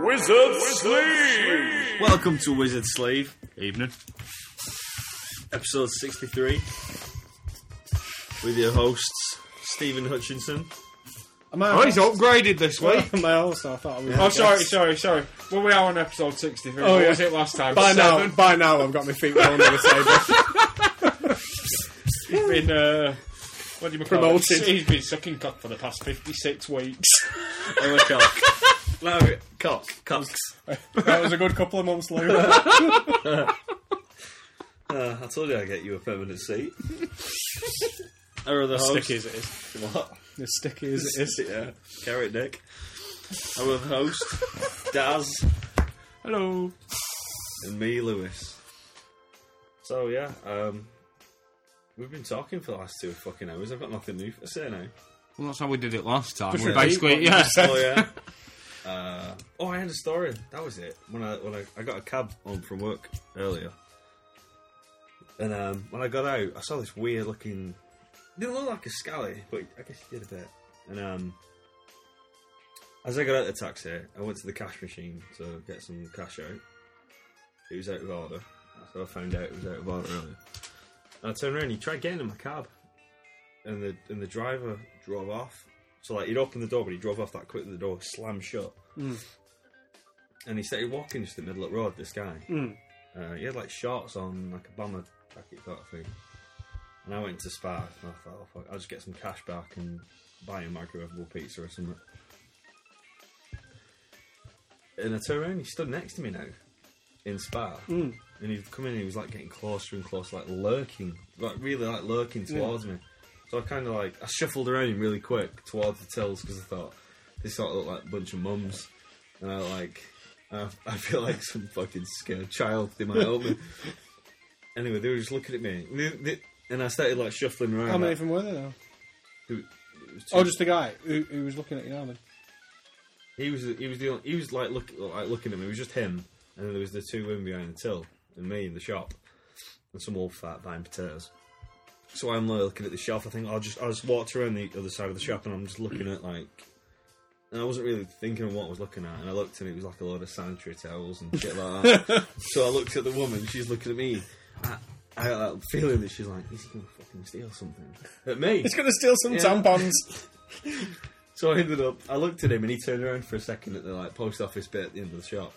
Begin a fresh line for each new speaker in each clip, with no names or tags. Wizard Sleeve!
Welcome to Wizard Sleeve. Evening. Episode 63. With your hosts, Stephen Hutchinson.
Oh, he's upgraded this week.
my also, I thought I was.
Oh, sorry, sorry, sorry. Well, we are on episode 63.
Oh,
what
yeah.
was it last time?
By now,
Seven.
by now, I've got my feet well under the table.
He's been, uh, what do you call it?
Promoted.
He's been sucking cock for the past 56 weeks.
Oh, my cock. No, cock. Cocks.
that was a good couple of months later.
Uh, I told you I'd get you a permanent seat. Our other host.
Sticky as it is.
What?
as sticky as it
Is
is.
it, yeah. Carrot Nick. Our other host, Daz.
Hello.
and me, Lewis. So yeah, um, we've been talking for the last two fucking hours. I've got nothing new to say now.
Well, that's how we did it last time.
Just
We
repeat
basically,
what
yeah.
Oh yeah. uh, oh, I had a story. That was it. When I when I, I got a cab home from work earlier, and um, when I got out, I saw this weird looking. It didn't look like a scally, but I guess it did a bit. And um, as I got out of the taxi, I went to the cash machine to get some cash out. It was out of order, so I found out it was out of order earlier. And I turned around, and he tried getting in my cab, and the and the driver drove off. So like he'd opened the door, but he drove off that quick that the door slammed shut. And he started walking just in the middle of the road. This guy, uh, he had like shorts on, like a bomber jacket sort of thing. And I went to Spar, and I thought, oh fuck, I'll just get some cash back and buy a microwavable pizza or something. And I turned around, he stood next to me now, in Spar, and he'd come in, and he was like getting closer and closer, like lurking, like really like lurking towards me. So I kind of like I shuffled around him really quick towards the tills because I thought this sort of looked like a bunch of mums, and I like I, I feel like some fucking scared child. They might help me. Anyway, they were just looking at me, They- they- and I started like shuffling around.
How many
like,
of them were there now?
who- it was two-
Oh, just the guy who, who was looking at you now then.
he was he was the only, he was like look like looking at me. It was just him, and then there was the two women behind the till and me in the shop, and some old fat buying potatoes. So I'm like, looking at the shelf. I think I'll just I just walked around the other side of the shop, and I'm just looking at like. And I wasn't really thinking of what I was looking at, and I looked and it was like a load of sanitary towels and shit like that. so I looked at the woman, she's looking at me. I, I had that feeling that she's like, he's gonna fucking steal something. At me.
He's going to steal some
Yeah.
tampons.
So I ended up. I looked at him and he turned around for a second at the like post office bit at the end of the shop.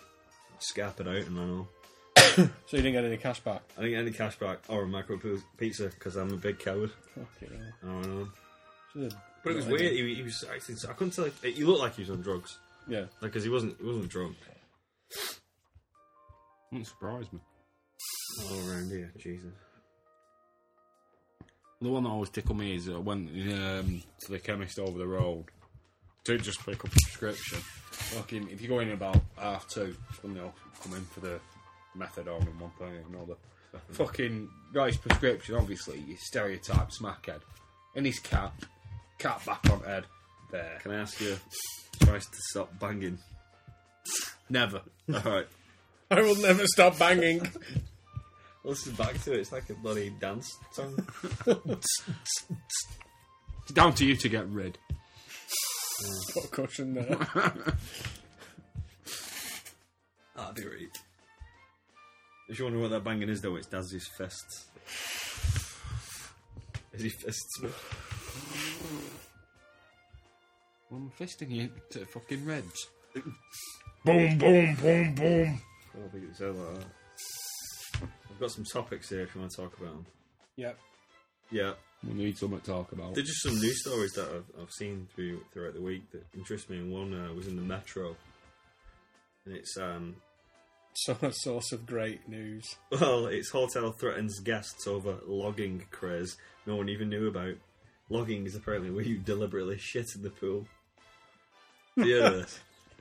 I scarpered out and I know.
So you didn't get any cash back.
I didn't get any cash back or a micro pu- pizza because I'm a big coward.
Fuck it, really.
I don't know.
Should've-
But it was
No idea.
weird. He, he was acting. I couldn't tell. Like, he looked like he was on drugs
Yeah.
because he wasn't. He wasn't drunk.
Wouldn't surprise me.
All around here, Jesus.
The one that always tickled me is uh, when um, to the chemist over the road to just pick up a prescription. Fucking, if you go in about half two, and they'll come in for the methadone and one thing and another. Fucking got his prescription, obviously, you stereotype smackhead. In his cap, cap back on head, there.
Can I ask you? Tries to stop banging.
Never.
All right.
I will never stop banging.
Listen back to it. It's like a bloody dance song.
It's down to you to get rid.
Put a cushion there.
That'd be right. If you wonder what that banging is, though, it's Dazzy's fists. Is he fists? me?
I'm fisting you to fucking reds.
boom, boom, boom, boom.
I don't think it sounds like that. I've got some topics here if you want to talk about them.
Yep.
Yeah,
We need something to talk about.
there's just some news stories that I've, I've seen through, throughout the week that interest me. And one uh, was in the metro, and it's um,
So a source of great news.
Well, it's hotel threatens guests over logging craze no one even knew about. Logging is apparently where you deliberately shit in the pool. Yeah,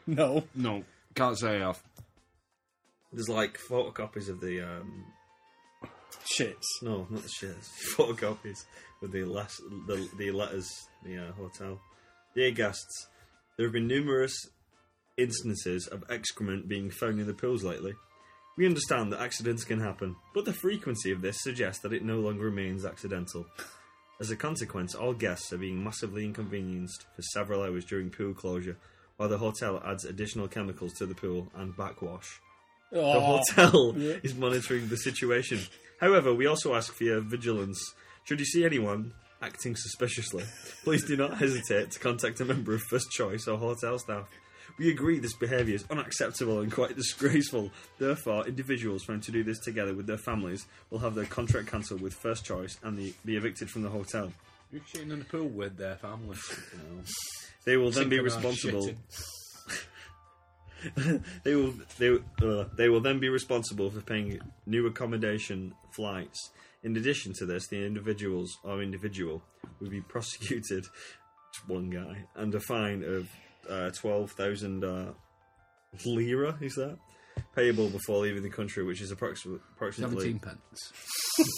No.
No, can't say I've.
there's like photocopies of the um,
Shits.
no, not the shits, photocopies of the last the, the letters the uh, hotel. Dear guests, there have been numerous instances of excrement being found in the pools lately. We understand that accidents can happen, but the frequency of this suggests that it no longer remains accidental. As a consequence, all guests are being massively inconvenienced for several hours during pool closure, or the hotel adds additional chemicals to the pool and backwash. The
Oh,
hotel
yeah.
is monitoring the situation. However, we also ask for your vigilance. Should you see anyone acting suspiciously, please do not hesitate to contact a member of First Choice or hotel staff. We agree this behaviour is unacceptable and quite disgraceful. Therefore, individuals found to do this together with their families will have their contract cancelled with First Choice and the, be evicted from the hotel.
You're shitting in the pool with their family.
They will then be
Think about
responsible.
shitting.
they will they uh, they will then be responsible for paying new accommodation flights. In addition to this, the individuals or individual will be prosecuted. Just one guy and a fine of uh, twelve thousand uh, lira. Is that payable before leaving the country, which is approximately approximately
Seventeen pence.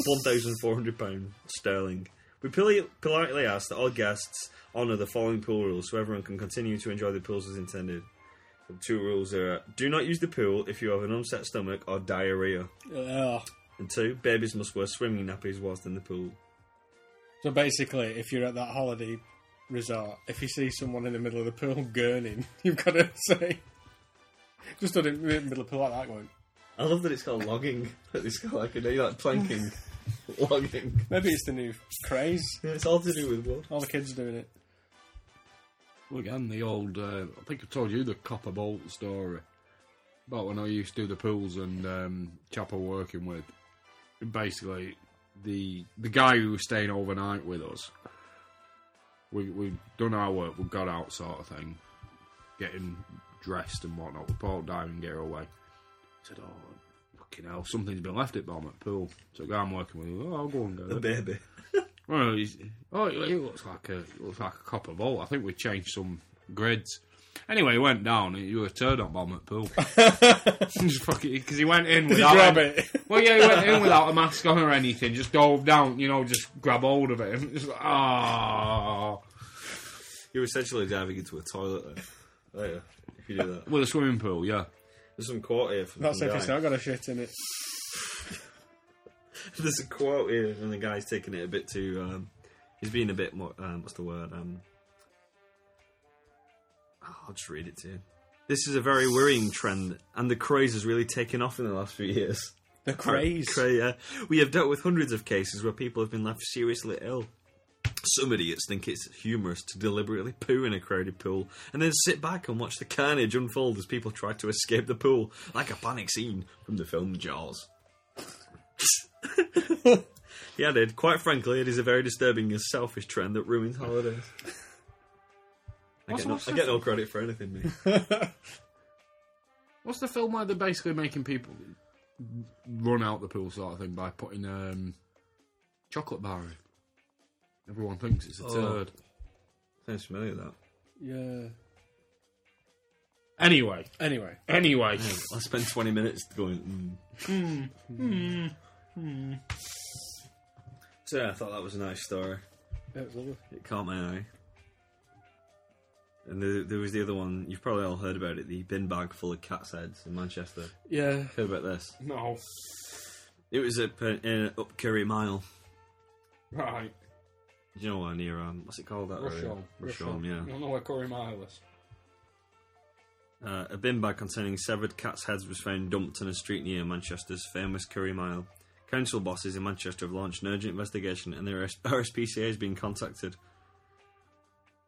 one thousand four hundred pound sterling. We poli- politely ask that all guests honour the following pool rules, so everyone can continue to enjoy the pools as intended. The two rules are: do not use the pool if you have an upset stomach or diarrhea,
Oh.
and two, babies must wear swimming nappies whilst in the pool.
So basically, if you're at that holiday resort, if you see someone in the middle of the pool gurning, you've got to say, just stood in the middle of the pool like that going,
I love that it's called logging. It's got like a name like planking, logging.
maybe it's the new craze.
Yeah, it's all to do with wood.
All the kids are doing it.
Well, again, the old, uh, I think I told you the copper bolt story about when I used to do the pools and um, chap I were working with. Basically, the the guy who was staying overnight with us, we, we'd done our work, we got out, sort of thing, getting dressed and whatnot. We pulled down and get her away. said, Oh, fucking hell, something's been left at bomb at the pool. So, the guy I'm working with, oh, I'll go and get
A
it.
baby.
Well, he's, oh, it it looks like a it looks like a copper ball. I think we changed some grids. Anyway, he went down. and You were a turd on bomb at pool. just fucking because he went in without.
grab
any-
it?
Well, yeah, he went in without a mask on or anything. Just dove down, you know, just grab hold of it. And just like, ah,
You're essentially diving into a toilet. There, there you are, Oh, if you do that.
with a swimming pool, yeah.
There's some quote here. From
That's
some
if
guy.
it's not got a shit in it.
There's a quote here, and the guy's taking it a bit too. Um, he's being a bit more. Um, what's the word? Um, oh, I'll just read it to you. This is a very worrying trend, and the craze has really taken off in the last few years.
The craze.
Cra- yeah. We have dealt with hundreds of cases where people have been left seriously ill. Some idiots think it's humorous to deliberately poo in a crowded pool and then sit back and watch the carnage unfold as people try to escape the pool, like a panic scene from the film Jaws. he added, quite frankly, it is a very disturbing and selfish trend that ruins holidays. I
What's-
get, no,
what's
I
the-
get no credit for anything, mate.
What's the film where they're basically making people run out the pool sort of thing by putting um, chocolate bar in? Everyone thinks it's a
Oh.
turd.
Sounds familiar, that.
yeah.
Anyway,
Anyway,
Anyway,
I spent 20 minutes going. hmm. So yeah, I thought that was a nice story.
that was lovely.
It caught my eye. And there, there was the other one. You've probably all heard about it. The bin bag full of cats' heads in Manchester.
Yeah.
Heard about this?
no,
It was up uh, in, up Curry Mile.
right,
Do you know where near? Um, what's it called? That area?
Rusholm,
Rusholm, yeah.
don't know where Corey Mile is.
Uh, a bin bag containing severed cats' heads was found dumped in a street near Manchester's famous Curry Mile. Council bosses in Manchester have launched an urgent investigation and the RS- RSPCA has been contacted.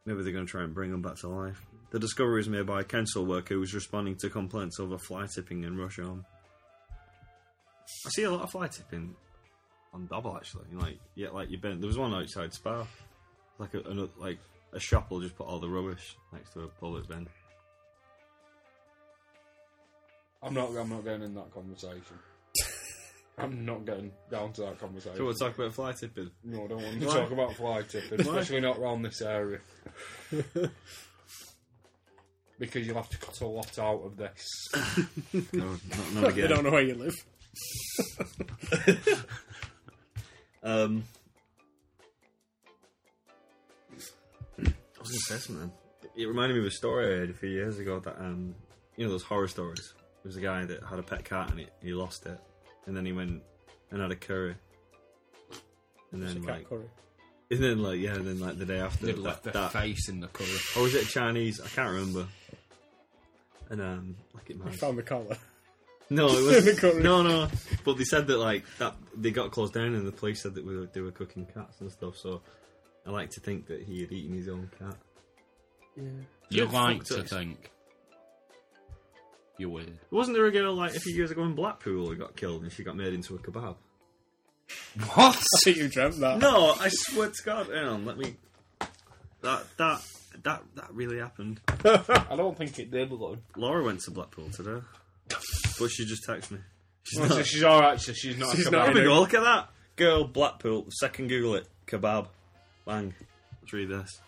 Maybe they're going to try and bring them back to life. The discovery was made by a council worker who was responding to complaints over fly tipping in Rusholm. I see a lot of fly tipping on double actually. Like yeah, like you've been there was one outside Spa, like a, an, like a shop will just put all the rubbish next to a bullet bin.
I'm not. I'm not getting in that conversation. I'm not getting down to that conversation.
Do you want to talk about fly tipping?
no, I don't want to
Why?
talk about fly tipping, especially not around this area, because you'll have to cut a lot out of this.
No, not, not
They don't
again.
know where you live.
Um, I was going to say something. It reminded me of a story I heard a few years ago that, um, you know, those horror stories. There was a guy that had a pet cat and he, he lost it. And then he went and had a curry. And
It's a
then,
cat
like,
curry.
and then, like, yeah, and then, like the day after,
They've
that,
left their
that,
face in the colour.
or was it Chinese? I can't remember. and um, like it might.
Found the collar.
No, it was
They got rid-
no, no. But they said that like that they got closed down, and the police said that we were, they were cooking cats and stuff. So I like to think that he had eaten his own cat.
You
Yeah,
like
fucked
to
up.
think. You're weird.
Wasn't there a girl like a few years ago in Blackpool who got killed and she got made into a kebab?
What?
I think you dreamt that.
No, I swear to God. Hang on, let me. That that that that really happened.
I don't think it did, though.
Laura went to Blackpool today, but she just texted me. She's
So she's all right. So she's not.
She's
a
not
There
kebab.
we go. Look at that girl, Blackpool. Second Google it. Kebab, bang. Let's read this.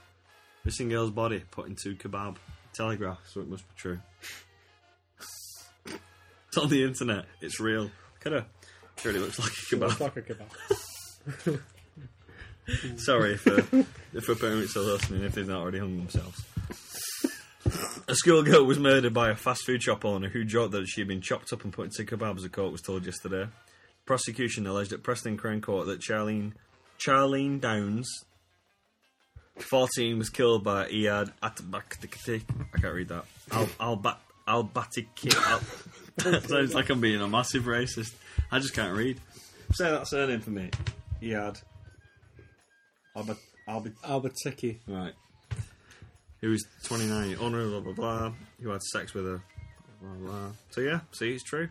Missing girl's body put into kebab. Telegraph, so it must be true. it's on the internet. It's real. Look at her. She really looks like a
Looks
kebab.
like a kebab.
Sorry if her, if her parents are listening, if they've not already hung themselves. A schoolgirl was murdered by a fast food shop owner who joked that she had been chopped up and put into kebabs, the court was told yesterday. Prosecution alleged at Preston Crown Court that Charlene, Charlene Downs, 14, was killed by Iyad Atabakdikati. I can't read that. Al, Albat, Albatiki. Al, sounds like I'm being a massive racist. I just can't read. Say that surname for me. Iyad. Albat, Albat,
Albertiki.
Right. Who was 29, owner, blah, blah, blah, who had sex with her, blah, blah, blah. So, yeah, see, it's true.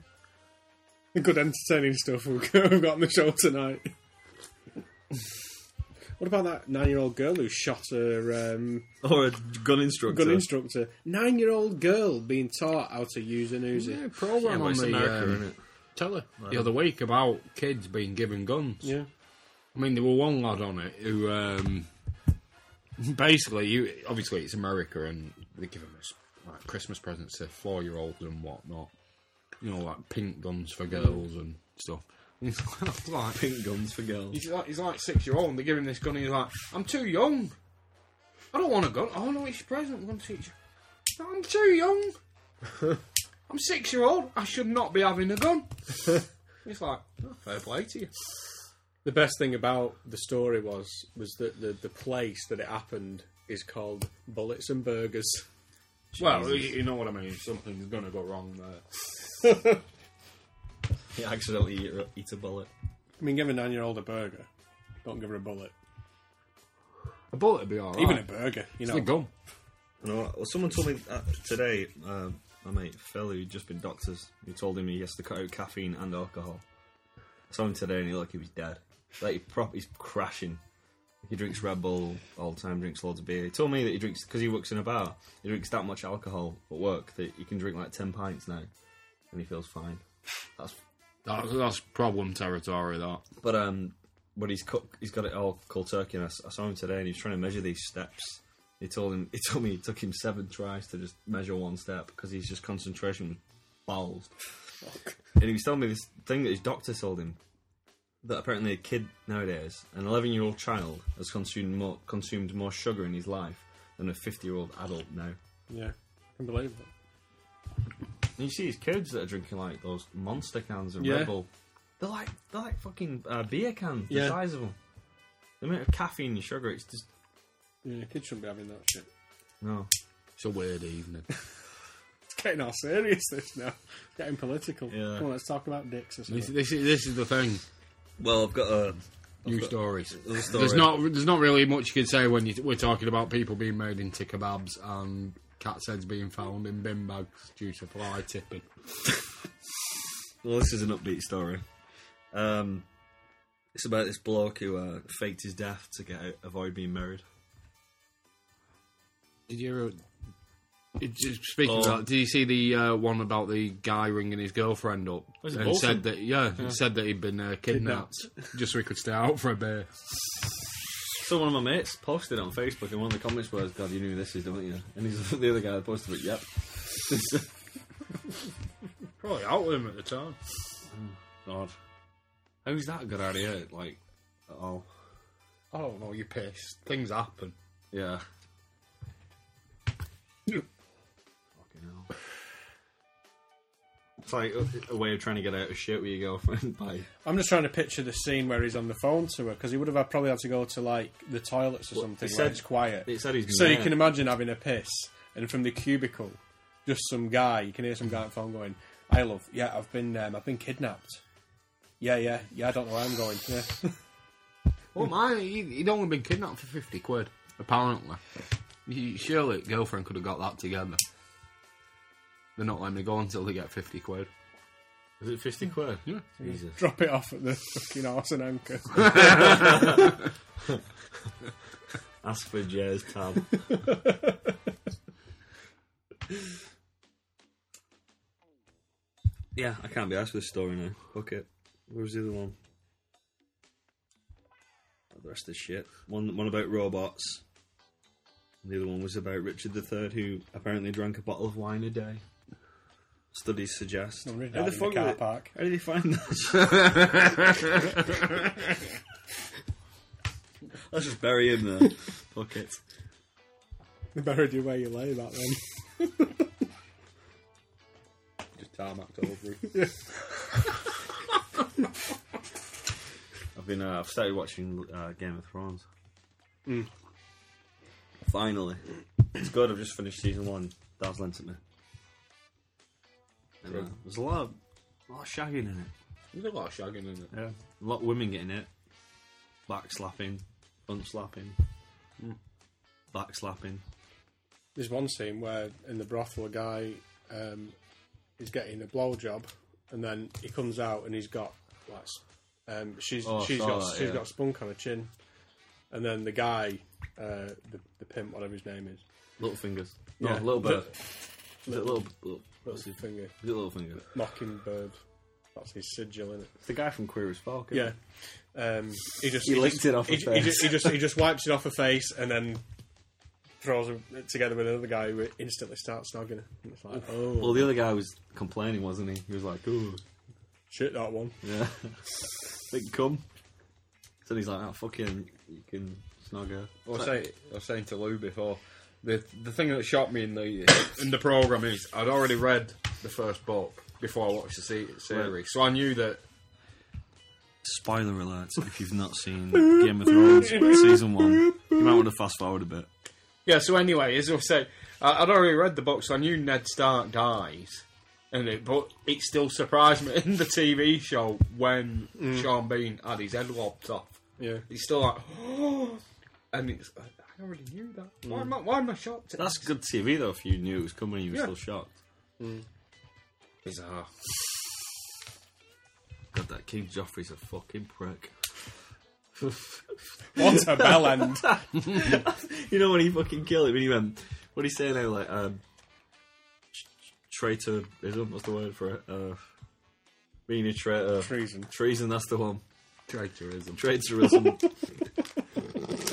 Good entertaining stuff we've got we've got on the show tonight. What about that nine-year-old girl who shot her um,
Or a gun instructor.
gun instructor? Nine-year-old girl being taught how to use an Uzi.
Yeah,
Yeah,
program
but
on
it's
the
America,
um,
isn't it?
telly the other week about kids being given guns.
Yeah.
I mean, there were one lad on it who, um, basically, you obviously it's America and they give them like Christmas presents to four-year-olds and whatnot. You know, like pink guns for girls and stuff. He's like,
Pink guns for girls.
He's like, he's like six year old and they're giving this gun and he's like, I'm too young. I don't want a gun. I want to it's present. I'm going to teach you. I'm too young. I'm six year old. I should not be having a gun. It's like, oh, fair play to you.
The best thing about the story was was that the, the place that it happened is called Bullets and Burgers.
Well, you, you know what I mean. Something's going to go wrong there.
He accidentally eat, a- eat a bullet.
I mean, give a nine-year-old a burger. Don't give her a bullet.
a bullet would be alright.
Even a burger, you
it's a
know.
gun.
You know, well, someone told me uh, today, uh, my mate Phil, who'd just been doctors, he told him he has to cut out caffeine and alcohol. I saw him today and he looked like he was dead. Like, he prop, he's crashing. He drinks Red Bull all the time, drinks loads of beer. He told me that he drinks, because he works in a bar, he drinks that much alcohol at work that he can drink like 10 pints now and he feels fine. That's,
That's, that's problem territory. That
but, um, but he's cut, he's got it all cold turkey and I, s- I saw him today and he was trying to measure these steps. He told him, he told me it took him seven tries to just measure one step because he's just concentration was balls. And he was telling me this thing that his doctor told him that apparently a kid nowadays, an 11 year old child, has consumed more consumed more sugar in his life than a 50 year old adult now.
Yeah, unbelievable.
And you see these kids that are drinking like those monster cans of
Yeah.
Red Bull. They're like they're like fucking uh, beer cans.
Yeah.
The size of them. The amount of caffeine and sugar, it's just
Yeah, kids shouldn't be having that shit.
no.
it's a weird evening.
It's getting all serious this now. It's Getting political.
Yeah.
Come on, let's talk about dicks or
this,
something.
this is this is the thing.
Well, I've got a
New stories.
another story.
There's not there's not really much you can say when you, we're talking about people being made into kebabs and cat's heads being found in bin bags due to fly tipping.
Well, this is an upbeat story. Um, it's about this bloke who uh, faked his death to get out, avoid being married.
Did you ever? it- just Speaking
Oh.
of that, did you see the uh, one about the guy ringing his girlfriend up
Was it
and
Bolton?
said that yeah, and said that he'd been uh, kidnapped, just so he could stay out for a bit.
So one of my mates posted on Facebook, and one of the comments was, "God, you knew who this is, don't you?" And he's the other guy that posted it. Yep.
Probably out with him at the time. God. How's that a good idea? Like, at all?
I don't know. You pissed. Things happen.
Yeah. Fucking hell. It's like a, a way of trying to get out of shit with your girlfriend by
I'm just trying to picture the scene where he's on the phone to her because he would have had, probably had to go to like the toilets or something.
it
where
said-
it's quiet.
it said he's been
so you
there.
can imagine having a piss and from the cubicle just some guy. You can hear some guy on the phone going, "I love, yeah, I've been, um, I've been kidnapped. Yeah, yeah, yeah. I don't know where I'm going. Yeah,
Well, man, he- he'd only been kidnapped for 50 quid, apparently. You- Surely girlfriend could have got that together. They're not letting me go until they get 50 quid.
Is it 50 quid? Yeah. Jesus.
drop it off at the fucking horse and anchor.
Ask for Jez tab. yeah, I can't be asked for this story now. Fuck it. Where's the other one? Oh, The rest of the shit. One one about robots. And the other one was about Richard III, who apparently drank a bottle of wine a day. Studies suggest.
Somebody
How
died Oh, in the car
did it-
park.
How did he find that? Let's just bury him there. Fuck it.
They buried you where you lay back then.
Just tarmacked all over it.
I've been. Uh, I've started watching uh, Game of Thrones. Finally, it's good. I've just finished season one. That was lent at me. And, uh, there's a lot of, a lot of shagging in it.
There's a lot of shagging in it.
Yeah, a lot of women getting it, back slapping, front slapping, back slapping.
There's one scene where in the brothel a guy um, is getting a blowjob, and then he comes out and he's got like s- um, she's
Oh, I
she's
saw
got
that,
she's
yeah.
got spunk on her chin, and then the guy, uh, the the pimp, whatever his name is,
Little fingers.
Yeah.
No, little bird. Is it
Little-
little, little, what's
little
his-
finger,
is it little finger?
mockingbird. That's his sigil in it.
It's the guy from Queer as Folk.
Yeah. Um, he just
He licked
just-
it off
He,
her
ju- he, ju-
face.
he just he just wipes it off her face and then throws her together with another guy who instantly starts snogging. her. And It's like, oh
Well, the other guy was complaining, wasn't he? He was like, "Ooh,
shit, that one.
Yeah. they can come. So he's like, oh, fucking, you can snog her.
I was, saying, I was saying to Lou before, the the thing that shocked me in the in the program is I'd already read the first book before I watched the se- series, so I knew that
Spoiler alert, if you've not seen Game of Thrones Season 1, you might want to fast forward a bit.
Yeah, so anyway, as I say, I- I'd already read the book, so I knew Ned Stark dies. And it, but it still surprised me in the TV show when
Mm.
Sean Bean had his head lopped off.
Yeah.
He's still like, and it's, I already knew that.
Mm.
Why, am I, why am I shocked? at
That's good TV, though, if you knew it was coming and you were
Yeah.
still shocked.
this? bizarre.
God, that King Joffrey's a fucking prick.
What a bell end.
You know when he fucking killed him and he went, what do you say now, like, um, tr- traitorism, what's the word for it? Uh, being a traitor.
Treason.
Treason, that's the one.
Traitorism.
Traitorism.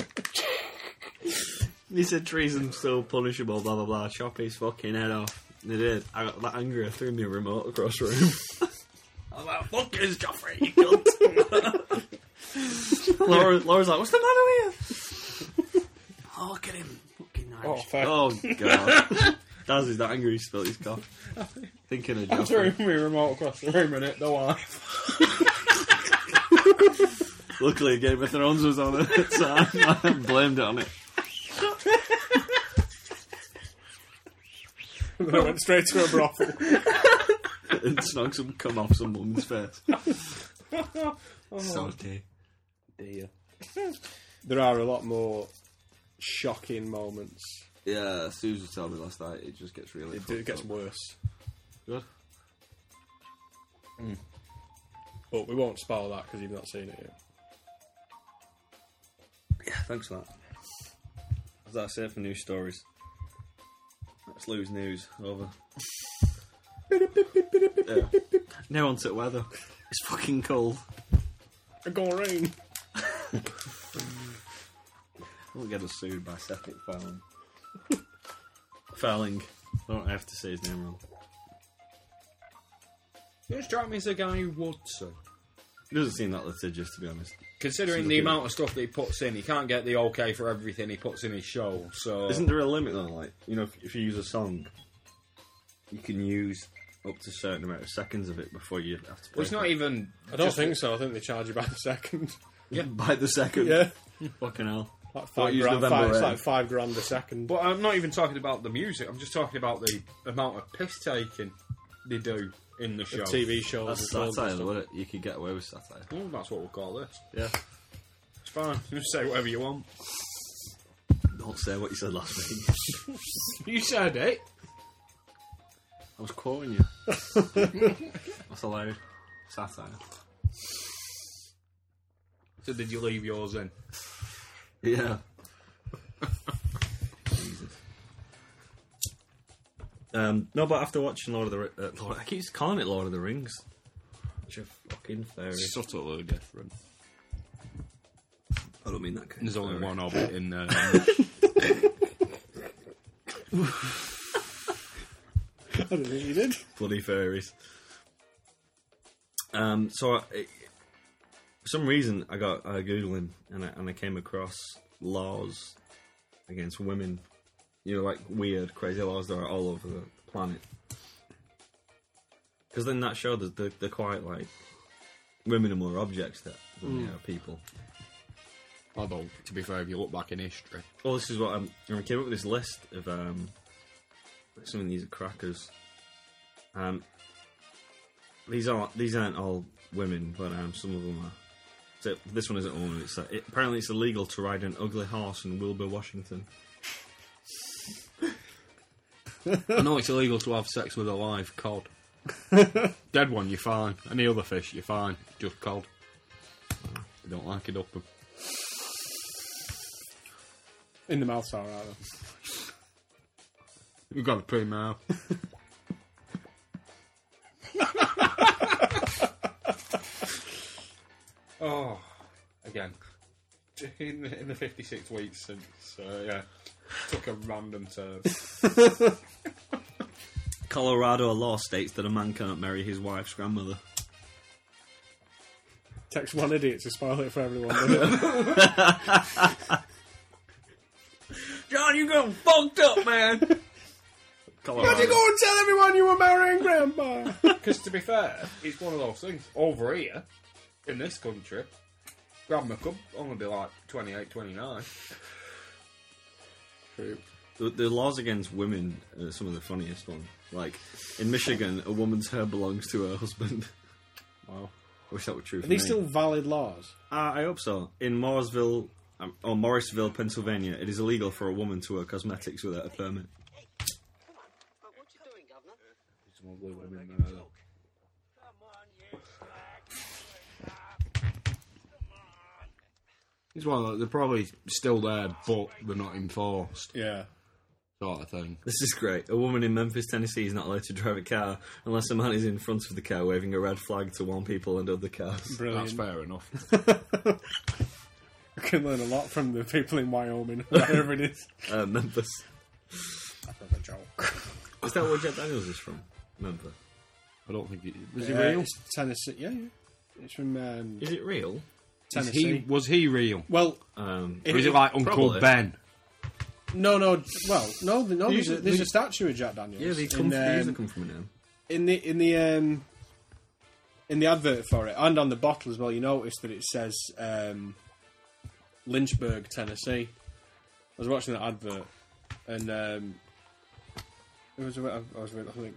he said treason still punishable, blah blah blah. Chop his fucking head off. They did. I got that angry, I threw me a remote across the room. I was like, fuck is Joffrey, you cunt. Laura, Laura's like, what's the matter with you? oh, look at him. Fucking
Oh,
Irish.
fair.
Oh, God. Daz is that angry, he spilled his coffee. Thinking of
I'm throwing
Joffrey.
my remote across the room and it, don't worry.
Luckily, Game of Thrones was on it, so I, I blamed it on it.
And then I went straight to a brothel.
and snog some cum off some woman's face. Salty.
There are a lot more shocking moments.
Yeah, Susan told me last night it just gets really.
It, it gets worse.
good.
But we won't spoil that because you've not seen it yet.
Yeah, thanks for that. That's it for news stories. That's Lou's news. Over. yeah. Now on to the weather. It's fucking cold.
It gonna rain.
We'll get us sued by Sethwick Fallon. Felling. I don't have to say his name wrong.
You strike me as a guy who would so.
It doesn't seem that litigious, to be honest.
Considering the amount of stuff that he puts in, he can't get the okay for everything he puts in his show, so.
Isn't there a limit though? Like, you know, if, if you use a song, you can use up to a certain amount of seconds of it before you have to play.
Well, it's not
it.
even.
I don't think so. I think they charge you by the second.
by the second.
Yeah.
Fucking hell.
Like
What,
five
use
grand,
November
five, it's
rain?
like five grand a second.
But I'm not even talking about the music. I'm just talking about the amount of piss taking they do in the show.
TV shows.
That's
as well.
satire, though, isn't it? You could get away with satire.
Ooh, that's what we'll call this.
Yeah.
It's fine. You just say whatever you want.
Don't say what you said last week.
You said it.
I was quoting you. That's allowed. Satire.
So did you leave yours in?
Yeah. Um, no, but after watching Lord of the Ri- uh, Lord, I keep calling it Lord of the Rings, which are fucking fairy.
Subtly different.
I don't mean that. Kind
There's
of
only
fairy.
one of it in there.
I don't think you did.
bloody fairies. Um, so I, it- for some reason I got uh, googling and I, and I came across laws against women. You know, like weird, crazy laws that are all over the planet. Because then that show, they're, they're quite like women are more objects that than they are people.
Although, to be fair, if you look back in history,
Well, this is what I'm. I came up with this list of um, some of these are crackers. Um, these aren't these aren't all women, but um, some of them are. So this one isn't a woman. It's uh, it, apparently it's illegal to ride an ugly horse in Wilbur, Washington.
I know it's illegal to have sex with a live cod. Dead one, you're fine. Any other fish, you're fine. Just cod. You don't like it up. 'em.
In the mouth's alright. though.
You've got a poo mouth.
Oh, again. In the, in the 56 weeks since, uh, yeah, took a random turn.
Colorado law states that a man cannot marry his wife's grandmother.
Takes one idiot to spoil it for everyone. doesn't it?
John, you got fucked up, man. Colorado.
Go and tell everyone you were marrying Grandpa.
Because to be fair, it's one of those things. Over here, in this country, Grandma could only be like 28, 29.
The, the laws against women are some of the funniest ones. Like in Michigan, a woman's hair belongs to her husband.
Wow.
I wish that were true.
Are these still valid laws?
Uh, I hope so. In Morrisville, um, or Morrisville, Pennsylvania, it is illegal for a woman to wear cosmetics without a permit.
Hey, come on. Look, what you doing, Governor?
Some ugly women
Make a
there.
joke. Come on, you slack. Come on.
It's one of those- they're probably still there, but they're not enforced,
Yeah.
sort of thing.
This is great. A woman in Memphis, Tennessee, is not allowed to drive a car unless a man is in front of the car waving a red flag to warn people and other cars.
That's
Brilliant.
fair enough.
I can learn a lot from the people in Wyoming, wherever it is.
Uh, Memphis.
That's a joke.
Is that where Jack Daniels is from? Memphis.
I don't think it was
Uh,
he real.
It's Tennessee. Yeah, yeah. It's from um,
Is it real?
Is
Tennessee.
he was he real?
Well,
Um,
Or is it like Uncle
Probably.
Ben?
no, no. Well, no, th- no. There's, a,
Usually-
there's
they-
a statue of Jack Daniels.
yeah, they come. From,
in,
they
um,
usually come from him.
in the in the um, in the advert for it, and on the bottle as well. You notice that it says um, Lynchburg, Tennessee. I was watching that advert, and um, it was with, I was with I think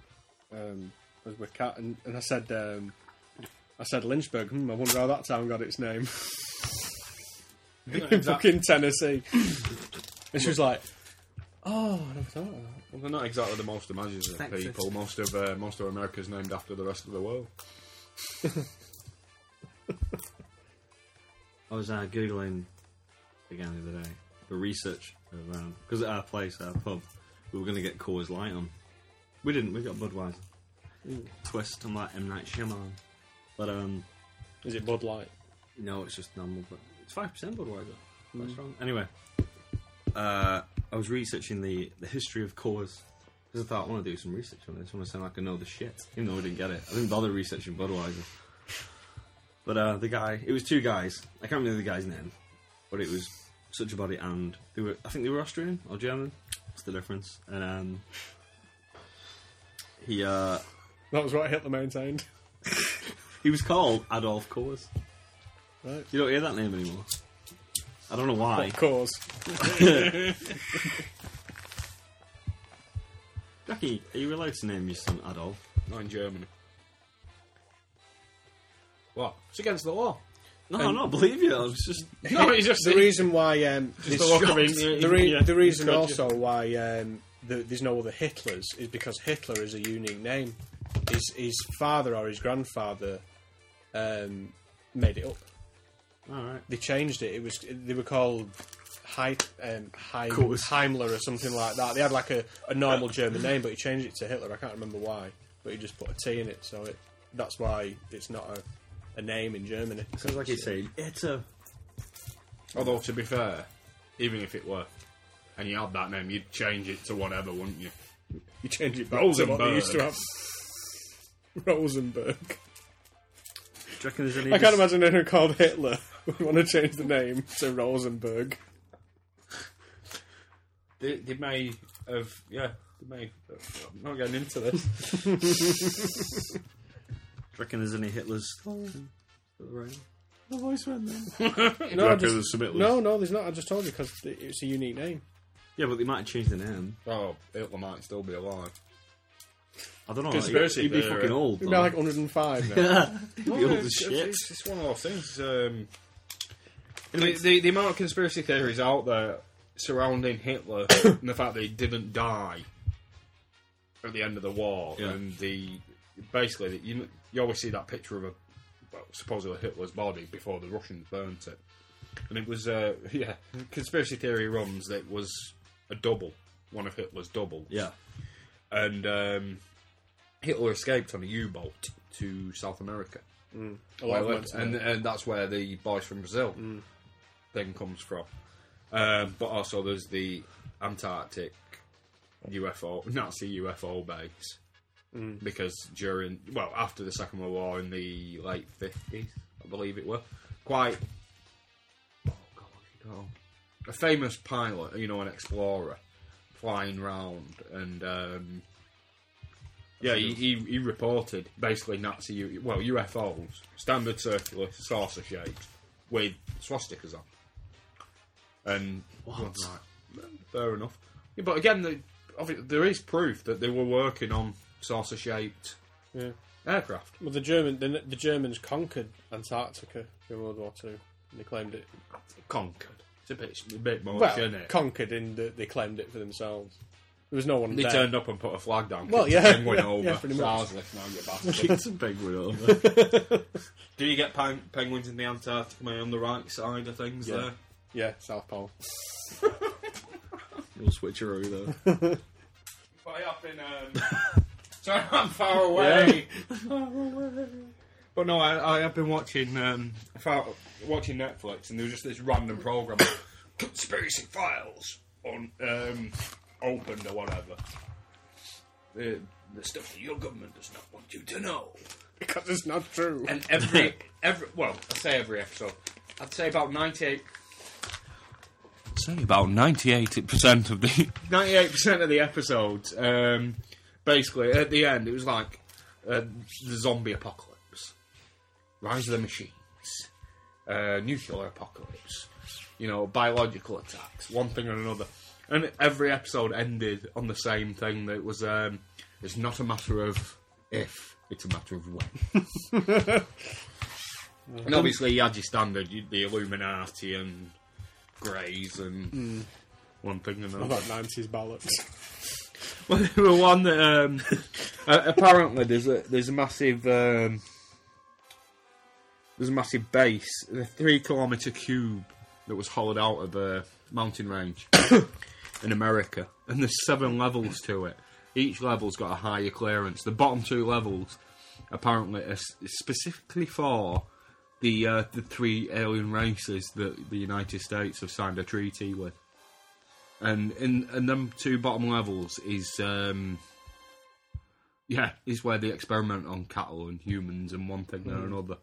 um, I was with Kat, and, and I said um, I said Lynchburg. Hmm, I wonder how that town got its name. Fucking Tennessee. And she was like, "Oh, I never thought of that."
Well, they're not exactly the most imaginative
Texas.
people. Most of uh, most of America's named after the rest of the world.
I was uh, googling again the other day the research around because at our place, our pub, we were going to get Coors Light on. We didn't. We got Budweiser. Twist on that M Night Shyamalan. But um,
Is it Bud Light?
no, it's just normal. But it's five percent Budweiser. That's wrong. Anyway, uh, I was researching the the history of Coors. Because I thought I want to do some research on this. I want to sound like I know the shit, even though we didn't get it. I didn't bother researching Budweiser. But uh, the guy, it was two guys. I can't remember the guy's name, but it was such a body, and they were. I think they were Austrian or German. What's the difference? And um, he uh,
That was what Hitler maintained.
he was called Adolf Coors.
Right.
You don't hear that name anymore. I don't know why.
Of course.
Jackie, are you allowed to name your son Adolf?
Not in Germany. What? It's against the law.
No, I don't believe you. I was just
No, it's just
The reason why um,
Just the look of him.
The, re-
Yeah.
the reason
Good.
also why um, the, there's no other Hitlers is because Hitler is a unique name. His, his father or his grandfather um, made it up.
all right.
They changed it. It was they were called Hei- um, Heim,
course.
Heimler or something like that. They had like a, a normal German name, but he changed it to Hitler. I can't remember why, but he just put a T in it, so it, that's why it's not a, a name in Germany.
Sounds like he's saying it's a.
Although to be fair, even if it were, and you had that name, you'd change it to whatever, wouldn't you?
You change it back to what
Rosenberg.
they used to have. Rosenberg.
Do you reckon there's any?
I can't imagine anyone called Hitler would want to change the name to Rosenberg.
They, they may have, yeah, they may. I'm not getting into this.
do you reckon there's any Hitlers? still around?
The voice went then.
Do you
no, I
reckon
just,
there's some Hitlers?
no, no, there's not. I just told you because it's a unique name.
Yeah, but they might have changed the name.
Oh, Hitler might still be alive.
I don't know.
Conspiracy
He'd, he'd be
theory.
fucking old.
It'd
Though.
be like oh, 105 now.
yeah, he'd be old as
it's,
shit.
It's, it's one of those things. Um, the, the, the amount of conspiracy theories out there surrounding Hitler and the fact that he didn't die at the end of the war,
Yeah.
and the basically that you you always see that picture of a well, supposedly Hitler's body before the Russians burnt it, and it was uh, yeah conspiracy theory runs that it was a double, one of Hitler's double,
Yeah,
and um, Hitler escaped on a U-boat to South America.
A lot of
Well,
months
and,
ago.
and that's where the boys from Brazil thing comes from. Um, but also, there's the Antarctic UFO, Nazi UFO base. Because during, well, after the Second World War in the late 50s, I believe it were, quite. Oh, God, what's he called? A famous pilot, you know, an explorer, flying round and. Um, yeah, he, he, he reported basically Nazi, U- well, UFOs, standard circular saucer shapes with swastikas on. And what? fair enough. Yeah, but again, the, obvi- there is proof that they were working on saucer shaped
Yeah.
aircraft.
Well, the German the, the Germans conquered Antarctica in World War Two. And they claimed it.
Conquered. It's a bit, a bit much,
Well,
isn't it?
conquered in that they claimed it for themselves. There was no one
they
there.
turned up and put a flag down.
Well,
kicked
yeah,
a penguin
yeah,
over.
yeah, pretty much.
Sars lift now, you bastard.
it's a big over.
Do you get pen- penguins in the Antarctic mate, on the right side of things
Yeah.
there?
Yeah, South Pole.
Little switcheroo though.
But I have been. Um, sorry, I'm far away. But no, I, I have been watching um, far, watching Netflix, and there was just this random program, conspiracy files on um, opened or whatever. The, the stuff that your government does not want you to know,
Because it's not true.
and every every well, I say every episode, I'd say about ninety eight. Say about ninety eight percent of the ninety eight percent of the episodes. Um, basically, at the end, it was like uh, the zombie apocalypse, rise of the machines, uh, nuclear apocalypse, you know, biological attacks, one thing or another. And every episode ended on the same thing that was um, it's not a matter of if, it's a matter of when. and obviously, you had your standard, you, the Illuminati and Greys and one thing and another.
about 90s ballots.
Well, there were one that um, uh, apparently there's a there's a massive um, there's a massive base, a three kilometer cube that was hollowed out of a mountain range in America, and there's seven levels to it. Each level's got a higher clearance. The bottom two levels apparently are s- specifically for the uh, the three alien races that the United States have signed a treaty with and in and them two bottom levels is um yeah is where they experiment on cattle and humans and one thing or another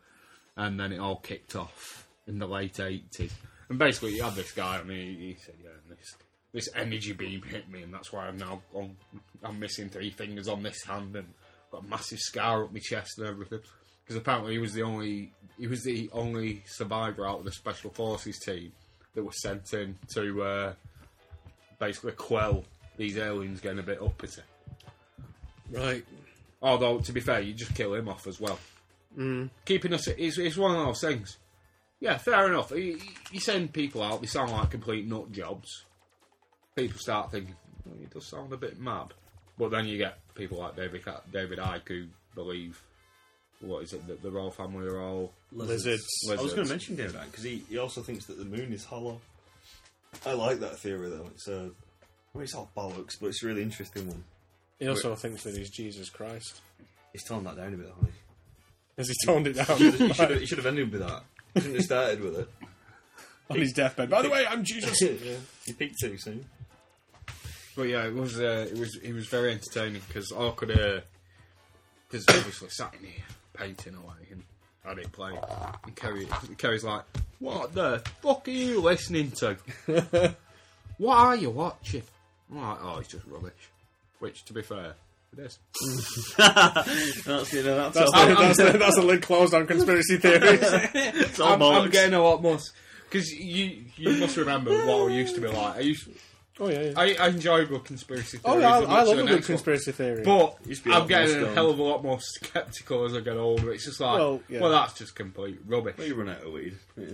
and then it all kicked off in the late 80s and basically you had this guy and he, he said yeah and this this energy beam hit me and that's why i'm now on, i'm missing three fingers on this hand and got a massive scar up my chest and everything because apparently he was the only he was the only survivor out of the special forces team that were sent in to uh, basically quell these aliens getting a bit uppity.
Right.
Although, to be fair, you just kill him off as well. Mm. Keeping us, it's, it's one of those things. Yeah, fair enough. You, you send people out, they sound like complete nut jobs. People start thinking, well, it does sound a bit mad. But then you get people like David Ca- David Icke who believe, what is it, that the royal family are all.
Lizards.
I was
Lizards.
going to mention David because he, he also thinks that the moon is hollow. I like that theory though. It's a, I mean, it's all bollocks, but it's a really interesting one.
He also thinks that he's Jesus Christ.
He's toned that down a bit, honey.
As he toned it down
You should have, you should have ended with that. You shouldn't have started with it.
on his deathbed. By the way, I'm Jesus.
yeah. You peaked too soon.
But yeah, it was uh, it was it was very entertaining because I could because obviously sat in here painting away and had it playing, and Kerry Kerry's like, "What the fuck are you listening to? what are you watching?" I'm like, "Oh, it's just rubbish," which to be fair, it is.
That's you know that's,
That's,
all,
the, that's, the, that's the lid closed on conspiracy theories.
it's all
I'm, I'm
bollocks.
getting a lot more because you you must remember what I used to be like. I used
oh, yeah. yeah.
I, I enjoy good conspiracy
oh,
theories.
yeah, I,
and
I
much
love
the
a good
next one.
conspiracy theory.
But
Used to be
I'm
up and
getting a
down.
hell of a lot more sceptical as I get older. It's just like,
Well,
well,
yeah.
that's just complete rubbish.
you run out of weed. Yeah.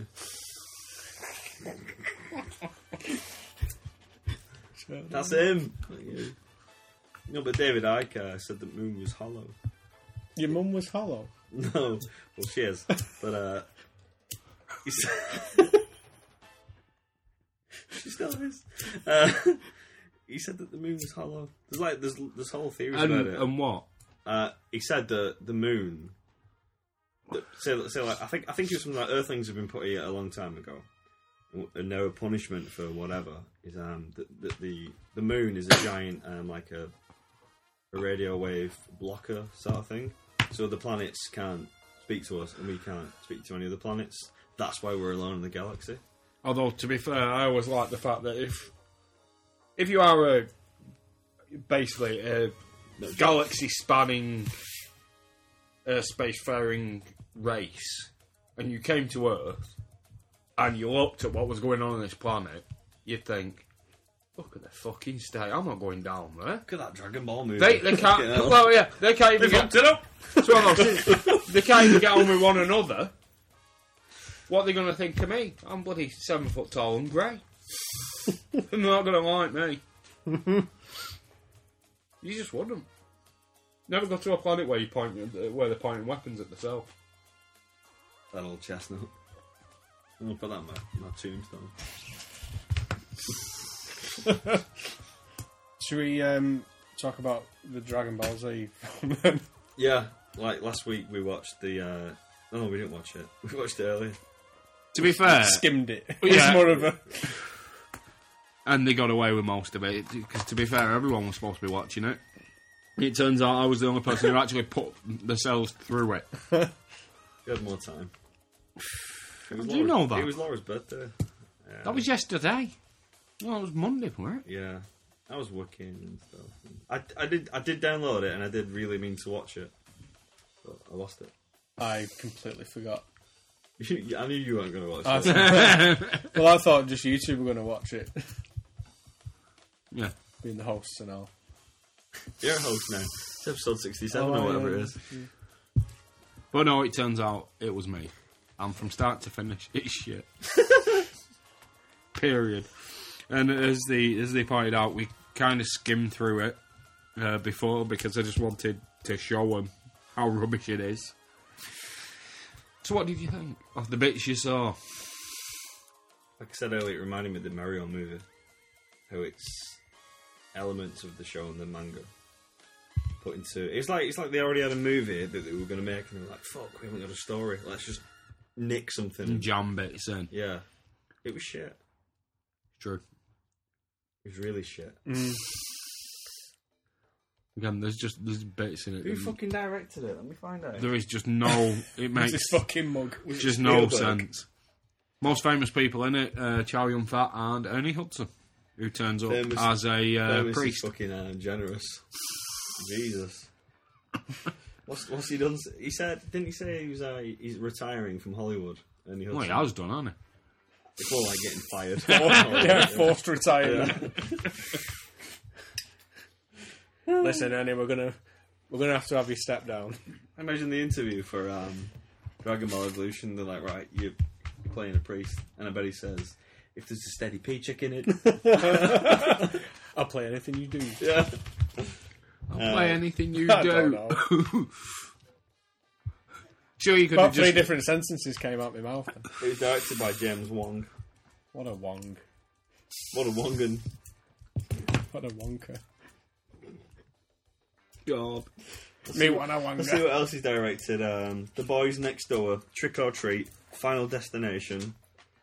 That's him. No, but David Icke uh, said the moon was hollow.
Your mum was hollow.
No, well she is, but uh, he said she still is. Uh, he said that the moon was hollow. There's like there's there's whole theories
And,
about it.
and what?
uh, he said that the moon. that- So, so like, I think I think it was something like Earthlings have been put here a long time ago, and no punishment for whatever is um that the, the the moon is a giant um like a a radio wave blocker sort of thing. So the planets can't speak to us, and we can't speak to any other planets. That's why we're alone in the galaxy.
Although, to be fair, I always like the fact that if if you are a basically a galaxy spanning, uh, spacefaring race, and you came to Earth and you looked at what was going on on this planet, you'd think, look at the fucking state. I'm not going down there.
Look at that Dragon Ball movie.
They, they can't.
Fucking hell.
Well, yeah, they can't even
They've
get
upped it up.
It's one of those things. They can't even get on with one another. What are they going to think of me? I'm bloody seven foot tall and grey. They're not going to like me. you just wouldn't. Never go to a planet where you point uh, where they're pointing weapons at themselves.
That old chestnut. I'm gonna put that in my, my tombstone.
Should we um, talk about the Dragon Ball Z film then?
Yeah, like last week we watched the. Uh, no, we didn't watch it. We watched it earlier.
To be
Uh,
fair,
Skimmed it. It's
Yeah.
more of a.
and they got away with most of it because, to be fair, everyone was supposed to be watching it. It turns out I was the only person who actually put themselves through it.
We had more time. It was
do you know that?
It was Laura's birthday. Um,
That was yesterday. No, it was Monday, wasn't it?
Yeah, I was working and stuff. I, I did I did download it and I did really mean to watch it, but I lost it.
I completely forgot.
You- I knew you weren't going to watch
Oh,
I
it.
thought- well, I thought just you two were going to watch it,
Yeah.
being the hosts and all.
You're a host now. It's episode sixty-seven
Oh,
or whatever
yeah.
it is.
But no, it turns out it was me. And from start to finish, it's shit. Period. And as they as they pointed out, we kind of skimmed through it uh, before because I just wanted to show them how rubbish it is. So, what did you think of the bits you saw?
Like I said earlier, it reminded me of the Mario movie, how it's elements of the show and the manga put into. It's like it's like they already had a movie that they were going to make, and they're like, "Fuck, we haven't got a story. Let's just nick something." and-
Jam bits in.
yeah, it was shit.
True.
It was really shit.
Again, there's just there's bits in it.
Who
that-
fucking directed it? Let me find out.
there is just no. It makes
This fucking mug.
just no
Spielberg.
sense. Most famous people in it: uh, Chow Yun Fat and Ernie Hudson, who turns up
Famous-
as a
That
uh,
was
priest.
fucking uh, generous. Jesus. What's, what's he done? s- He said, didn't he say he was uh, he's retiring from Hollywood? And he
Well, he has done, hasn't
It's more like getting fired.
yeah, forced retirement. Listen, Annie, we're gonna we're gonna have to have you step down.
I imagine the interview for um, Dragon Ball Evolution. They're like, right, you're playing a priest, and I bet he says, if there's a steady paycheck in it,
I'll play anything you do.
yeah.
Play anything you
I don't
do.
know.
Sure, you could
About
have
three
just.
different sentences came out my mouth. Then.
It was directed by James Wong.
What a wong!
What a Wongan.
What a wonker!
God.
Me wanna
Let's see
wonker.
what else he's directed. Um, the Boys Next Door, Trick or Treat, Final Destination,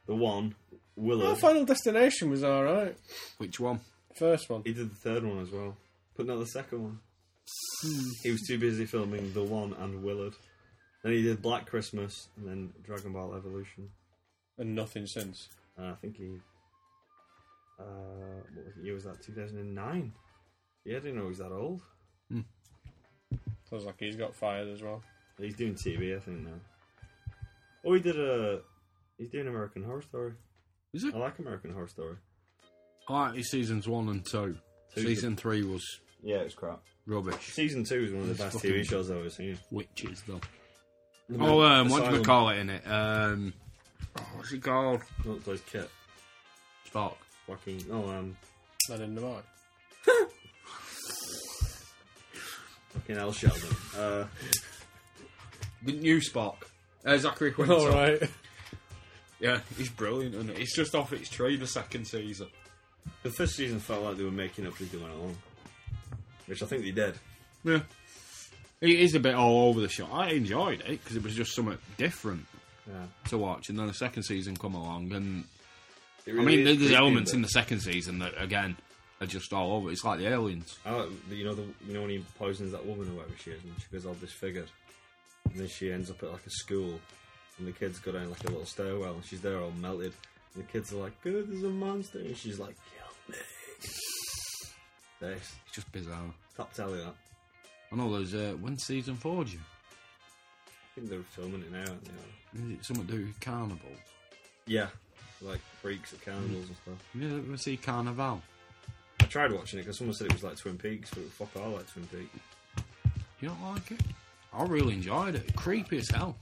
The One, Willow.
Our final destination was all right.
Which one?
First one.
He did the third one as well, but not the second one. he was too busy filming The One and Willard. Then he did Black Christmas and then Dragon Ball Evolution.
and nothing since.
And I think he. Uh, what was- year was that? 2009? Yeah, I didn't know he was that old.
Sounds like he's got fired as well.
He's doing TV, I think, now. Oh, he did a. He's doing American Horror Story.
Is it?
I like American Horror Story.
I like his seasons one and two.
Two's
Season three was
Yeah, it's crap.
rubbish.
Season 2 is one of the best TV
fucking-
shows I've ever seen.
Witches, though. Oh, um, what do we
Asylum.
call it in it? Um, oh, what's it called?
Not those kit.
Fuck.
Fucking. Oh, um.
Not in the mark.
Fucking hell, Sheldon. Uh,
The new Spock. Uh, Zachary Quinto.
All right.
Yeah, he's brilliant, and it's just off its tree the second season.
the first season felt like they were making up as they went along, which I think they did.
Yeah. It is a bit all over the shop. I enjoyed it because it was just something different
Yeah.
to watch, and then the second season come along, and
It
I
really
mean,
is
there's
creepy,
elements
but-
in the second season that again are just all over. It's like the aliens.
I like, Oh, you know, the, you know when he poisons that woman or whatever she is, and she goes all disfigured, and then she ends up at like a school, and the kids go down like a little stairwell, and she's there all melted, and the kids are like, "Good, there's a monster," and she's like, "Kill me." This
It's just bizarre.
top telly that.
I
I
know there's uh, when season four due.
think they're filming it now. Aren't they?
Is it something to do with carnival?
Yeah, like freaks at carnivals and stuff.
You ever see Carnival?
I tried watching it because someone said it was like Twin Peaks, but fuck, I like Twin Peaks.
You don't like it? I really enjoyed it. Creepy as hell.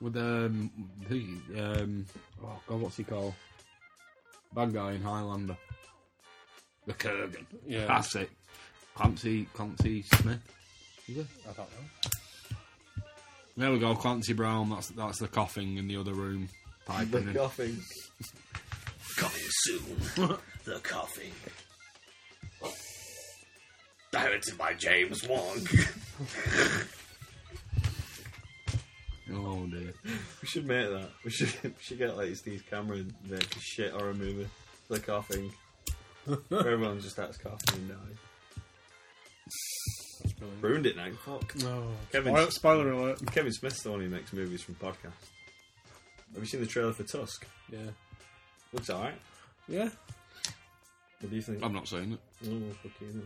With um, the um, oh god, what's he called? Bad guy in Highlander. The Kurgan.
Yeah.
That's it. Clancy, Clancy Smith. Is it?
I don't know.
There we go, Clancy Brown. That's that's the coughing in the other room. Piping in.
coughing. Mm-hmm. Coming soon. the coughing. Directed by James Wong.
Oh dear.
we should make that. We should, we should get like Steve Cameron to make a shit horror movie. The coughing. Where everyone just starts coughing and dying. Ruined it now. Fuck.
No.
Kevin-
Spoil- Oh, spoiler alert.
Kevin Smith's the one who makes movies from podcasts. Have you seen the trailer for Tusk?
Yeah.
Looks alright.
Yeah.
What do you think?
I've not seen it.
Oh, fuck you. no.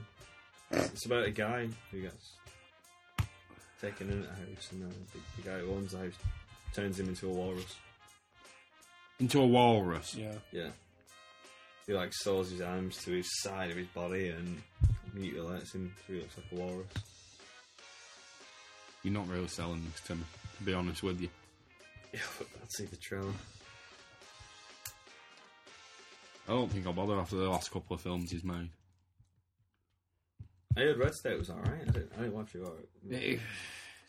It's it's about a guy who gets taken in at a house, and then the, the guy who owns the house turns him into a walrus.
Into a walrus.
Yeah.
Yeah. He like saws his arms to his side of his body and mutilates him so he looks like a walrus.
You're not really selling this to me, to be honest with you.
Yeah, but I'd see the trailer.
I don't think I'll bother after the last couple of films he's made.
I heard Red State was alright. I didn't, I didn't watch it. All right.
Eh,
It's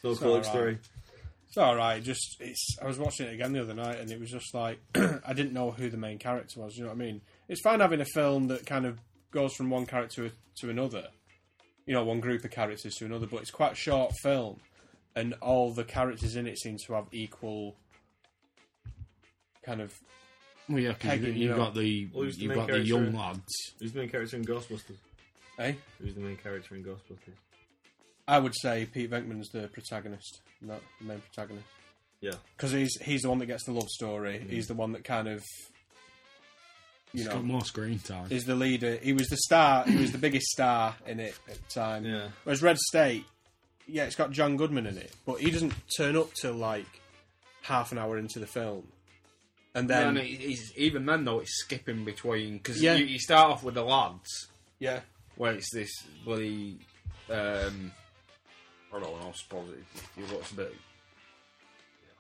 not a
It's
cool
alright.
story.
It's all right. Just it's. I was watching it again the other night, and it was just like I didn't know who the main character was. You know what I mean? It's fine having a film that kind of goes from one character to another. You know, one group of characters to another, but it's quite a short film, and all the characters in it seem to have equal kind of.
Well, yeah, 'cause
Peggy,
you,
you
you've
know.
got the
Well, who's the
you've
main
got the young
character?
lads.
Who's the main character in Ghostbusters?
Eh?
Who's the main character in Ghostbusters?
I would say Pete Venkman's the protagonist, not the main protagonist.
Yeah.
because he's he's the one that gets the love story. He's the one that kind of, you
He's
know,
got more screen time.
is the leader. He was the star. He was the biggest star in it at the time.
Yeah.
Whereas Red State, yeah, it's got John Goodman in it, but he doesn't turn up till like half an hour into the film.
And
and then
then it- it's, even then, though, it's skipping between because
Yeah.
you, you start off with the lads
yeah,
where it's this bloody. Um, I don't know. I suppose it, it looks a bit.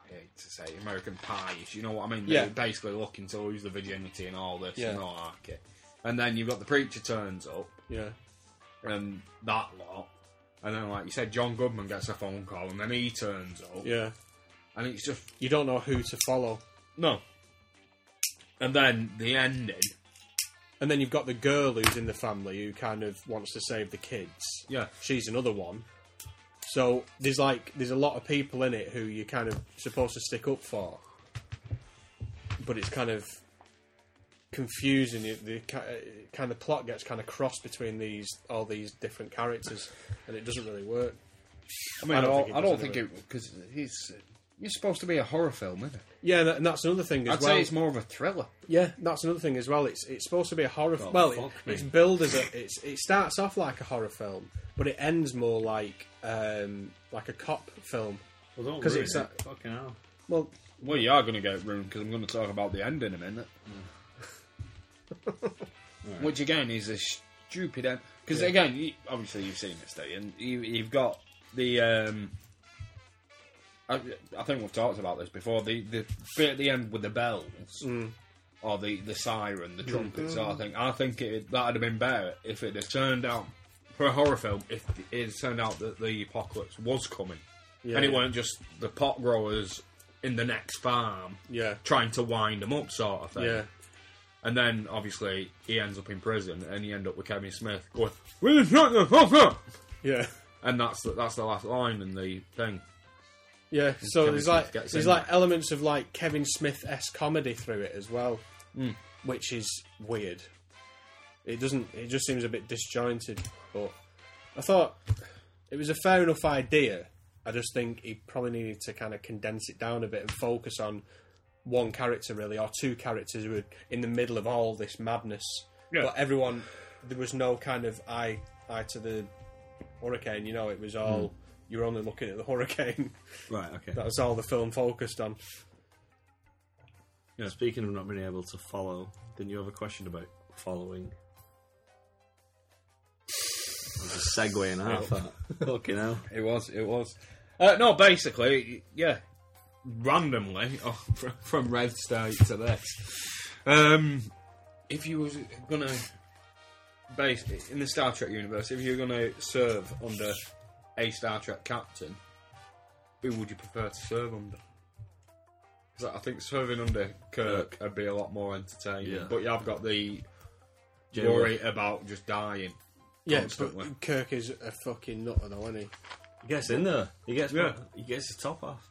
I hate to say American Pie, if you know what I mean. They're
Yeah.
basically looking to lose the virginity and all this and
Yeah.
all that. kit. And then you've got the preacher turns up
yeah,
and that lot. And then, like you said, John Goodman gets a phone call and then he turns up.
yeah.
And it's just
You don't know who to follow,
no. And then the ending.
and then you've got the girl who's in the family who kind of wants to save the kids.
Yeah.
she's another one. So there's like there's a lot of people in it who you're kind of supposed to stick up for, but it's kind of confusing. The, the ki- uh, kind of plot gets kind of crossed between these all these different characters, and it doesn't really work.
I mean, I
I don't
don't,
think it
I don't
does
think
anyway.
it because it's you're supposed to be a horror film, isn't it?
Yeah, and that- and that's another thing as
I'd
well.
say it's more of a thriller.
Yeah, that's another thing as well. It's it's supposed to be a horror. film. well, it-
fuck me.
it's billed as a. It's it starts off like a horror film, but it ends more like um like a cop film.
Well, don't
'Cause
ruin
it's
it.
that-
Fucking hell.
Well,
Well, you are going to get ruined because I'm going to talk about the end in a minute. Which again is a stupid end because again, you, obviously you've seen this day, and you, you've got the. Um, I, I think we've talked about this before. The the bit at the end with the bells
Mm.
or the, the siren, the trumpets. I think I think it that'd have been better if it had turned out for a horror film. If it had turned out that the apocalypse was coming, and it
yeah.
weren't just the pot growers in the next farm
yeah,
trying to wind them up, sort of thing.
yeah,
And then obviously he ends up in prison, and you end up with Kevin Smith going, "We shut the fuck up,"
yeah,
and that's the, that's the last line in the thing.
yeah. So
Kevin
there's
Smith
like
gets
there's
in
like
there.
elements of like Kevin Smith s comedy through it as well,
Hmm.
which is weird. It doesn't. It just seems a bit disjointed. But I thought it was a fair enough idea. I just think he probably needed to kind of condense it down a bit and focus on one character really, or two characters who were in the middle of all this madness. But everyone, there was no kind of eye eye to the hurricane. You know, it was all
Hmm.
you were only looking at the hurricane.
Right, okay.
That's all the film focused on.
Speaking of not being able to follow, didn't you have a question about following? There's a segue and a half. that. Fucking hell.
It was, it was. Uh, no, basically, yeah, randomly oh, fr- from Red State to this. Um, if you was gonna, basically, in the Star Trek universe, if you were gonna serve under a Star Trek captain, who would you prefer to serve under? 'Cause I think serving under Kirk would be a lot more entertaining.
Yeah.
But you have got the
General.
worry about just dying.
Yeah,
Constantly.
but Kirk is a fucking nutter, though, isn't he?
He gets in there. He gets
Yeah.
he gets his top off.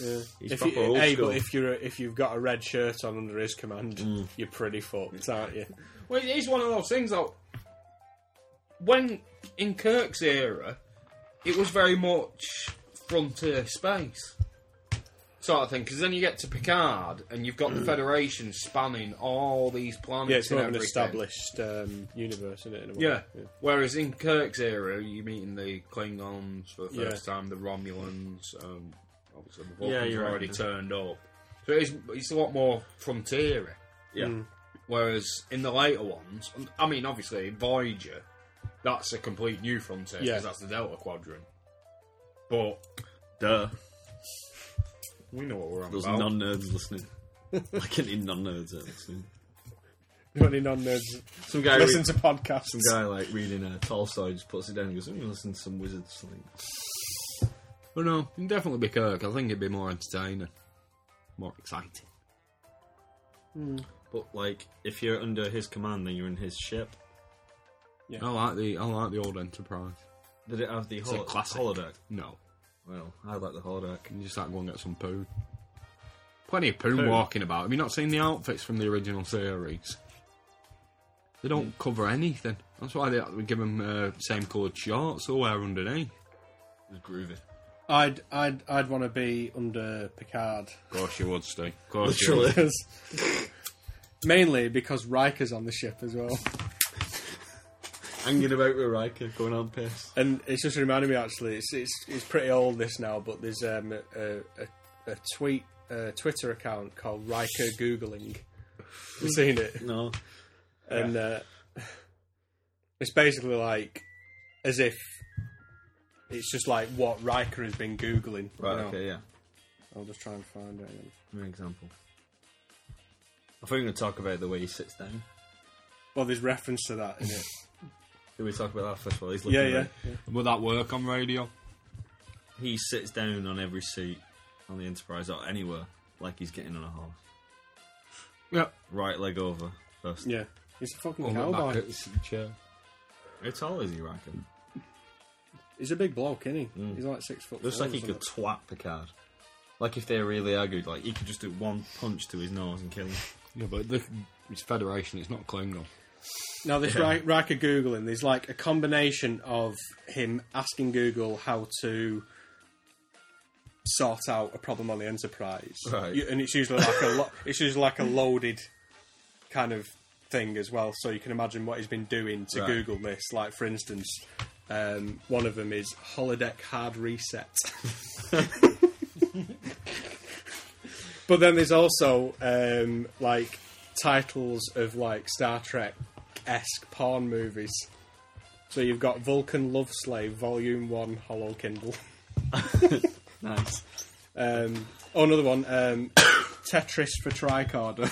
Yeah.
He's
if
proper old
hey,
school.
but if you're a, if you've got a red shirt on under his command,
Mm.
you're pretty fucked, aren't you?
Well, it is one of those things though. When in Kirk's era, it was very much frontier space sort of thing. Because then you get to Picard, and you've got the Federation spanning all these planets.
Hmm. Yeah, it's
and
not an
everything.
established um, universe, isn't it? In a way?
Yeah. Whereas in Kirk's era, you're meeting the Klingons for the
Yeah.
first time, the Romulans, um, obviously the
Yeah,
Vulcans
you're
are
right,
already
yeah.
turned up. So it's, it's a lot more frontiery.
Yeah.
Whereas in the later ones, I mean, obviously Voyager, that's a complete new frontier
Yeah.
because that's the Delta Quadrant. But
Duh.
we know what we're on
Those
about.
non nerds listening. like any non nerds are listening.
Running on nerds,
Some guy
listen
read-
to podcasts.
some guy like reading a Tolstoy just puts it down and goes, I'm gonna listen to some wizards like
But no, it'd definitely be Kirk. I think it'd be more entertaining, more exciting.
But like if you're under his command then you're in his ship.
I like the I like the old Enterprise.
Did it have the
It's
hol-
a classic.
holodeck?
No,
Well, I like the holodeck.
you just like go and get some poo. Plenty of poo,
Poo?
walking about. Have you not seen the outfits from the original series? They don't cover anything. That's why they give them uh, same coloured shorts or wear underneath.
It was groovy.
I'd I'd I'd want to be under Picard,
Of course you would, Steve. Of course
Literally.
'Cause- mainly because Riker's on the ship as well.
Hanging about with Riker, going on piss.
And it's just reminded me actually. It's it's, it's pretty old this now, but there's um, a, a, a tweet uh, Twitter account called Riker Googling.
Hmm.
you seen it?
No.
and uh, it's basically like as if it's just like what Riker has been googling.
Right,
you know.
okay, yeah.
I'll just try and find it.
Give me an example. I think we're going to talk about the way he sits down.
Well, there's reference to that in it.
Did we talk about that first of all? He's looking
yeah,
at
yeah,
it.
yeah.
Will that work on radio?
He sits down on every seat on the Enterprise or anywhere like he's getting on a horse.
Yep.
Right leg over first.
yeah. He's a fucking
Or look back
cowboy.
at the chair.
How tall is he, reckon?
He's a big bloke, isn't he? He's like six foot.
Hmm. Looks
four
like
or
he could
something.
twat Picard. Like if they really argued, like he could just do one punch to his nose and kill him.
Yeah, but the, it's Federation, it's not Klingon.
Now this Ri- Riker googling, there's like a combination of him asking Google how to sort out a problem on the Enterprise,
Right.
You- and it's usually like a lo- it's usually like a loaded kind of thing as well. So you can imagine what he's been doing to
Right.
Google this. Like for instance, um, one of them is holodeck hard reset. But then there's also um, like titles of like Star Trek esque porn movies. So you've got Vulcan Love Slave Volume One Hollow Kindle.
Nice.
Um, oh, another one, um, Tetris for Tricorder.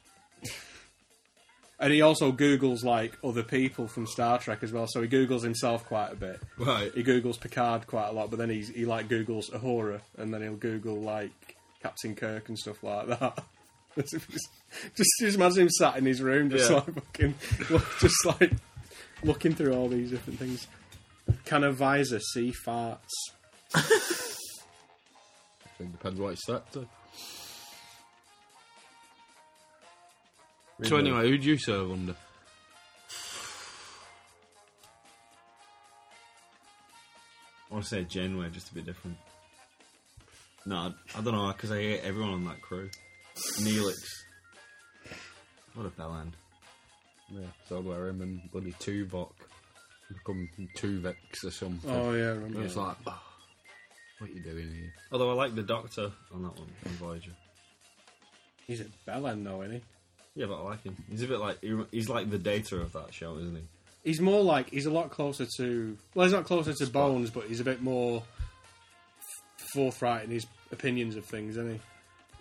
and he also googles like other people from Star Trek as well. So he googles himself quite a bit.
Right.
He googles Picard quite a lot, but then he's, he like googles Ahura, and then he'll Google like Captain Kirk and stuff like that. just, just just imagine him sat in his room, just
Yeah.
like fucking, look- just like looking through all these different things. Can a visor see farts?
I think it depends what it's set to. So anyway, who'd you serve under?
I want to say Janeway, just a bit different. No, I, I don't know, because I hate everyone on that crew. Neelix. What a bellend.
Yeah, so I'd wear him and bloody Tuvok. Become Tuvix or something.
Oh yeah, I remember.
It's like, "Oh, what are you doing here?
Although I like the Doctor on that one, on Voyager.
He's a bellend though, isn't he?
Yeah, but I like him. He's a bit like, he rem- he's like the Data of that show, isn't he?
He's more like he's a lot closer to. Well, he's not closer to Bones, but he's a bit more f- forthright in his opinions of things, isn't he?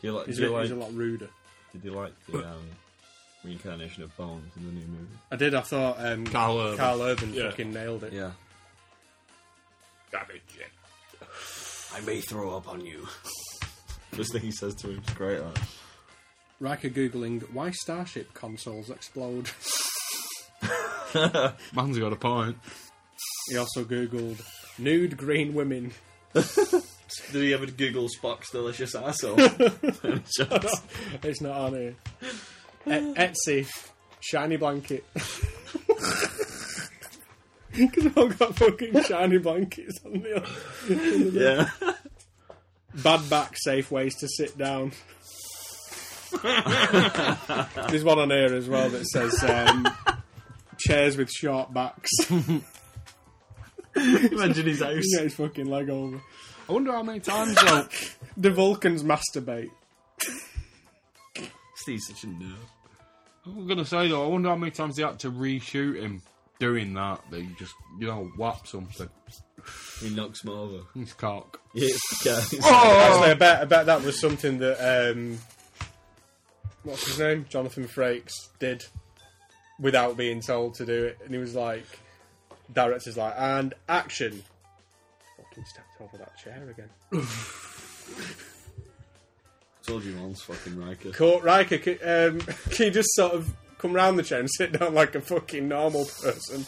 Do you like,
He's,
do
a,
you
bit,
like,
he's a lot ruder.
did you like the um, reincarnation of Bones in the new movie?
I did. I thought um,
Carl Urban.
Carl Urban fucking nailed it.
Yeah. I may throw up on you. First thing he says to him is great. Like,
Riker googling why starship consoles explode.
Man's got a point.
he also googled nude green women.
Did he ever Google Spock's delicious arsehole?
It's not on here. E- Etsy shiny blanket. Because I've all got fucking shiny blankets on the.
yeah.
Bad back, safe ways to sit down. There's one on here as well that says um, chairs with sharp backs.
Imagine his house.
Get his fucking leg over.
I wonder how many times though.
The Vulcans masturbate.
Steve's such a nerd.
I'm gonna say though, I wonder how many times they had to reshoot him doing that. They just, you know, whap something.
He knocks him over.
His cock.
Yeah,
Oh.
Actually, I bet, I bet that was something that um, what's his name, Jonathan Frakes, did without being told to do it, and he was like, director's like, and action. Fucking stepped over that chair again.
Told you once, fucking Riker.
Court Riker, c- um, can you just sort of come round the chair and sit down like a fucking normal person?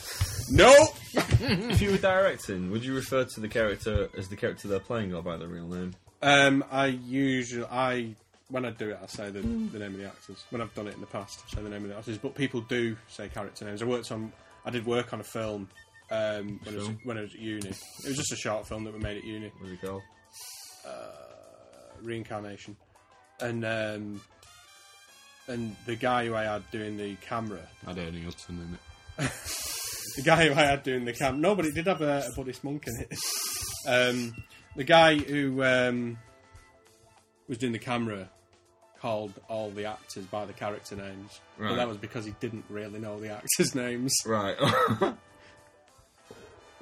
No.
If you were directing, would you refer to the character as the character they're playing or by their real name?
Um, I usually I. When I do it, I say the, the name of the actors. When I've done it in the past, I say the name of the actors. But people do say character names. I worked on, I did work on a film um, when, I was, when I was at uni. It was just a short film that we made at uni,
What do you call?
reincarnation, and um, and the guy who I had doing the camera,
I don't know Hudson in it.
the guy who I had doing the camp. No, but it did have a, a Buddhist monk in it. Um, the guy who um, was doing the camera called all the actors by the character names. But
Right.
that was because he didn't really know the actors' names.
Right.
But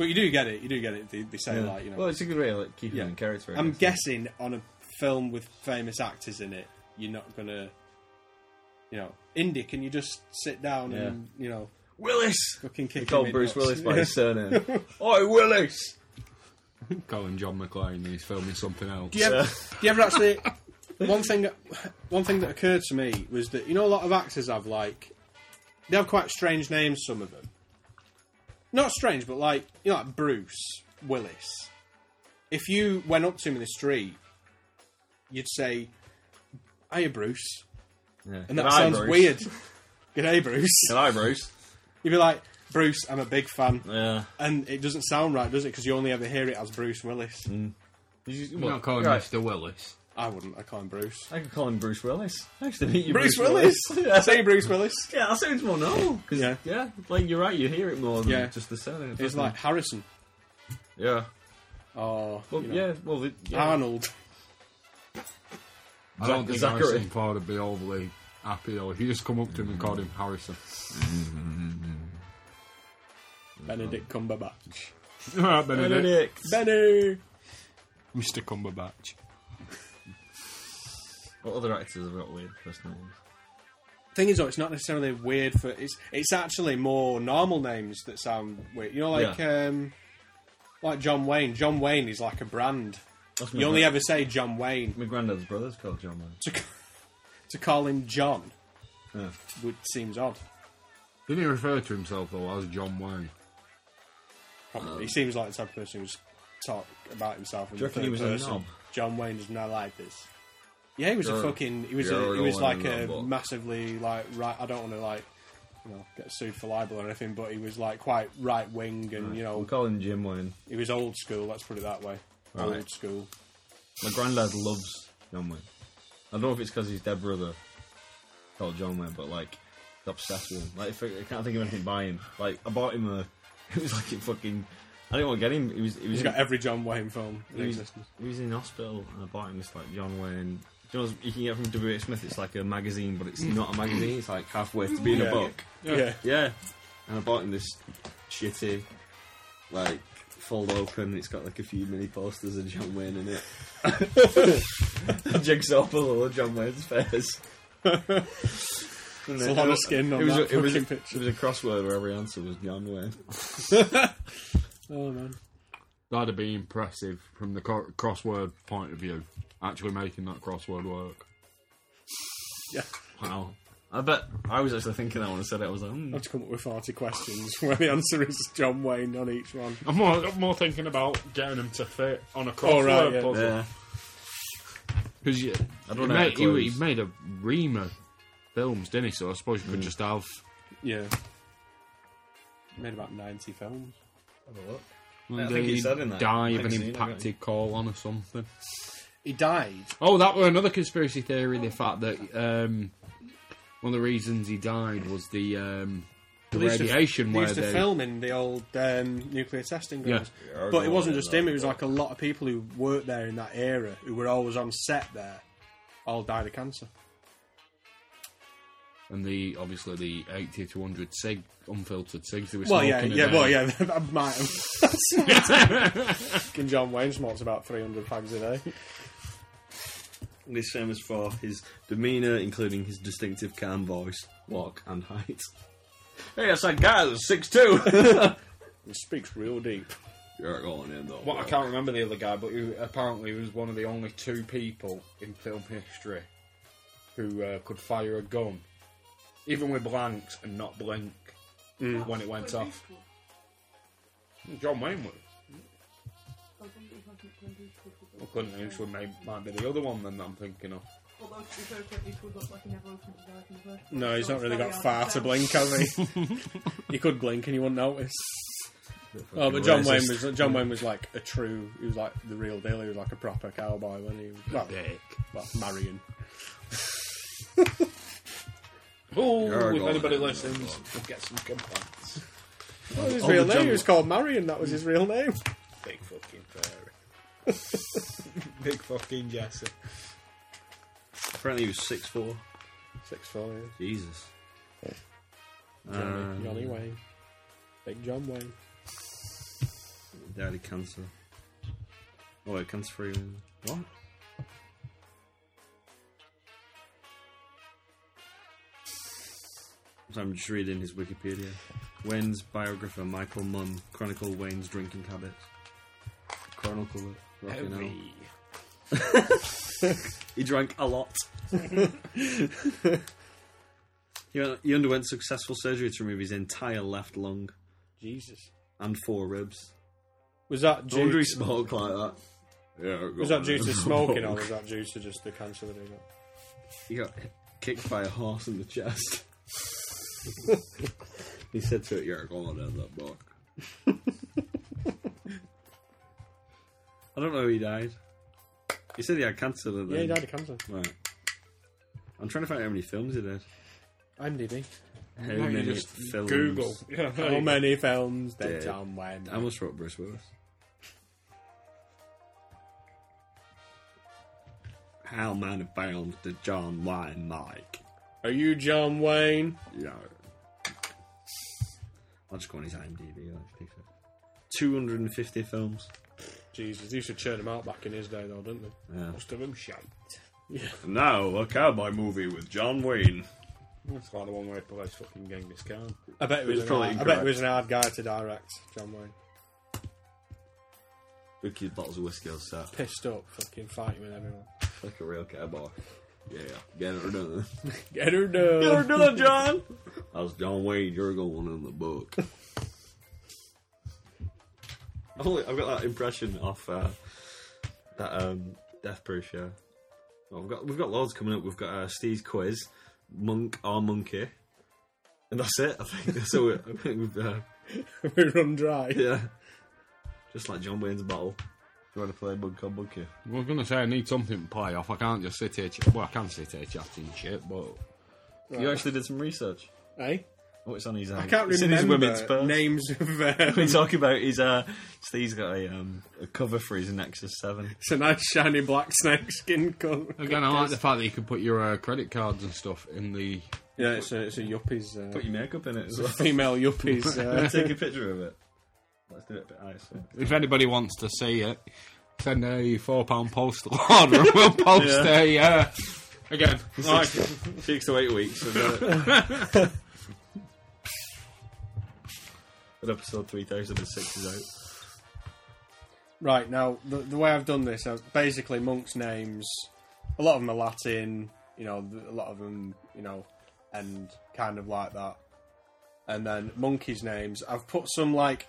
you do get it. You do get it. They, they say like you know.
Well, it's a good way of like, keeping them in character. I
I'm
guess.
guessing on a film with famous actors in it, you're not gonna, you know, Indy. Can you just sit down and you know
Willis.
fucking kick?
They
him
called
in
Bruce
nuts?
Willis by his surname. Oi, Willis.
Calling John McClane, he's filming something else.
Do you, ever, do you ever actually? One thing, that- one thing that occurred to me was that you know a lot of actors have like, they have quite strange names. Some of them, not strange, but like you know, like Bruce Willis. If you went up to him in the street, you'd say, "Hiya, Bruce,"
Yeah.
and that
G'day,
sounds
Bruce.
weird. G'day, Bruce.
G'day, Bruce.
You'd be like, "Bruce, I'm a big fan,"
Yeah.
and it doesn't sound right, does it? Because you only ever hear it as Bruce Willis.
Mm.
I'm not calling
Right.
Mr. Willis.
I wouldn't. I call him Bruce.
I could call him Bruce Willis. Nice to meet you,
Bruce
Bruce,
Willis.
yeah.
Say Bruce Willis.
yeah, that sounds more normal. 'cause,
Yeah.
yeah. like you're right. You hear it more than
Yeah.
just the surname.
It's
doesn't
like
it?
Harrison
yeah.
or
Well,
you know,
yeah. Well, the, yeah.
Arnold.
I don't think
Zachary.
Harrison Ford would be overly happy though if you just come up to him and called him Harrison.
Benedict
Mm-hmm.
Cumberbatch.
Alright, Benedict.
Benedict.
Benny!
Mr. Cumberbatch.
What other actors have got weird first names?
Thing is, though, it's not necessarily weird for. It's it's actually more normal names that sound weird. You know, like um, like John Wayne. John Wayne is like a brand.
That's my
You only
gran-
ever say John Wayne.
my granddad's brother's called John. Wayne.
To, to call him John
Yeah.
would seems odd.
Didn't he refer to himself though as John Wayne?
Probably. he seems like the type of person who's talk about himself. In
Do you
the
reckon he
third
was a
person.
knob?
John Wayne does not like this. Yeah, he was a
You're-
fucking. He was a.
you're
He was
all
like
in
a
the wrong box.
massively like right. I don't want to like, you know, get sued for libel or anything. But he was like quite right wing, and you
We'll
know,
call him Jim Wayne.
he was old school. Let's put it that way.
Right.
Old school.
My granddad loves John Wayne. I don't know if it's because his dead brother called John Wayne, but like he's obsessed with him. Like if I, I can't think of anything by him. Like I bought him a. It was like a fucking. I didn't want to get him. He was. He was.
He's
in-
got every John Wayne film in
he was,
existence.
he was in hospital, and I bought him this like John Wayne. Do you know, you can get from W. H. Smith. It's like a magazine, but it's not a magazine. It's like halfway to being
Yeah.
a book.
Yeah.
Yeah. And I bought him this shitty, like, fold open. It's got like a few mini posters of John Wayne in it. Jigsaw puzzle of John Wayne's face.
It's a lot of skin on
it was
that
a, it was a,
fucking picture.
It was a crossword where every answer was John Wayne.
Oh man.
That'd be impressive from the cor- crossword point of view. Actually making that crossword work.
Yeah.
Wow. I bet I was actually thinking that when I said it. I was like, hmm.
I have to come up with forty questions where the answer is John Wayne on each one.
I'm more, I'm more thinking about getting him to fit on a crossword
Oh, right, yeah.
puzzle.
yeah.
Because you,
I
he
don't know. how to
made, he,
close.
he made a ream of films, didn't he? So I suppose you could just have.
Yeah. Made about ninety films.
I think he
the
said in that
Dive and
magazine,
impacted call on or something.
He died.
Oh, that were another conspiracy theory. The fact that um, one of the reasons he died was the, um, the
They used to-
radiation.
They
where
used to
they-
film in the old um, nuclear testing grounds.
Yeah. Yeah, I
but it
know
wasn't
where
just
that
him. It was
was.
like a lot of people who worked there in that era, who were always on set there, all died of cancer.
and the obviously the eighty to hundred sig unfiltered cigs. They were
Well, yeah,
smoking a
yeah,
day.
well, yeah. I might have. Fucking John Wayne smokes about three hundred fags a day.
And he's famous for his demeanour, including his distinctive calm voice, walk, and height. Hey, that's that guy that's 6'2!
He speaks real deep.
You're calling him, though.
Well, I can't remember the other guy, but who apparently was one of the only two people in film history who uh, could fire a gun, even with blanks, and not blink when it went off. John Wayne was. I couldn't think so. Maybe might be the other one then that I'm thinking of.
No, he's not really got far to blink, has he? he could blink and you wouldn't notice. Oh, but John Wayne was John Wayne was like a true. He was like the real deal. He was like a proper cowboy when he was well, well, Marion.
Oh,
You're
if
going
anybody
in,
listens, we'll get some complaints.
That was his
Oh,
real
the
name. He
jungle.
was called Marion. That was his real name.
Big fucking fairy. Big fucking Jesse.
Apparently he was six four.
Six four, yeah.
Jesus.
Johnny, Johnny Wayne. Big John Wayne.
Died of cancer. Oh, wait, cancer free. What? So I'm just reading his Wikipedia. Wayne's biographer Michael Munn chronicled Wayne's drinking habits. Chronicle it. Fucking hell. He drank a lot. he, went- he underwent successful surgery to remove his entire left lung
Jesus.
and four ribs.
Was that
I wonder
due,
he smoked like that. Yeah,
was that due to smoking or was that due to just the cancer that he got?
He got kicked by a horse in the chest. he said to it, "You're going in that book." I don't know who he died. He said he had cancer. Didn't
Yeah, he died of cancer.
Right. I'm trying to find out how many films he did.
IMDb.
How many films?
Google. Yeah,
How many films
Dead.
did John Wayne?
I almost wrote Bruce Willis. How many films did John Wayne make?
Are you John Wayne?
Yeah. I'll just go on his IMDb. Actually, two hundred and fifty films.
Jesus, they used to churn them out back in his day, though, didn't they?
Yeah.
Most of them shite.
Now a cowboy movie with John Wayne.
That's like the one where he plays fucking Genghis Khan.
I bet it was,
was
an
probably
hard, I bet it
incorrect.
was an hard guy to direct. John Wayne
Wicked bottles of whiskey on set.
pissed up, fucking fighting with everyone.
Like a real cowboy. Yeah, get it done.
Get her done.
Get her done, John. I was John Wayne. You're going in the book. I've, only, I've got that impression of uh, that um, Death Proof show. Well, we've got we've got loads coming up. We've got uh, Steve's quiz, Monk or Monkey, and that's it. I think that's all. we- I think we've uh,
we run dry.
yeah, just like John Wayne's battle. You want to play Monk or Monkey?
I was going to say I need something to play off. I can't just sit here. Ch- well, I can sit here chatting shit, but
You actually did some research.
Eh?
Oh, it's on his.
I can't
it's in
remember
his women's purse.
names of. Um,
we talk about is uh Steve's got a um a cover for his Nexus Seven.
it's a nice shiny black snake skin colour.
again, I like the fact that you can put your uh, credit cards and stuff in the.
Yeah, it's a it's a yuppies. Uh,
Put your makeup in it as well.
female yuppies. Uh,
Take a picture of it. Let's do it a bit nicer.
If anybody wants to see it, send a four pound postal order and we'll post a. Uh, again,
Oh,
like,
Six to eight weeks. And, uh, but episode three thousand and six is out.
right now, the, the way I've done this, i basically monks' names. A lot of them are Latin. You know, th- a lot of them, you know, and kind of like that. And then monkeys' names. I've put some like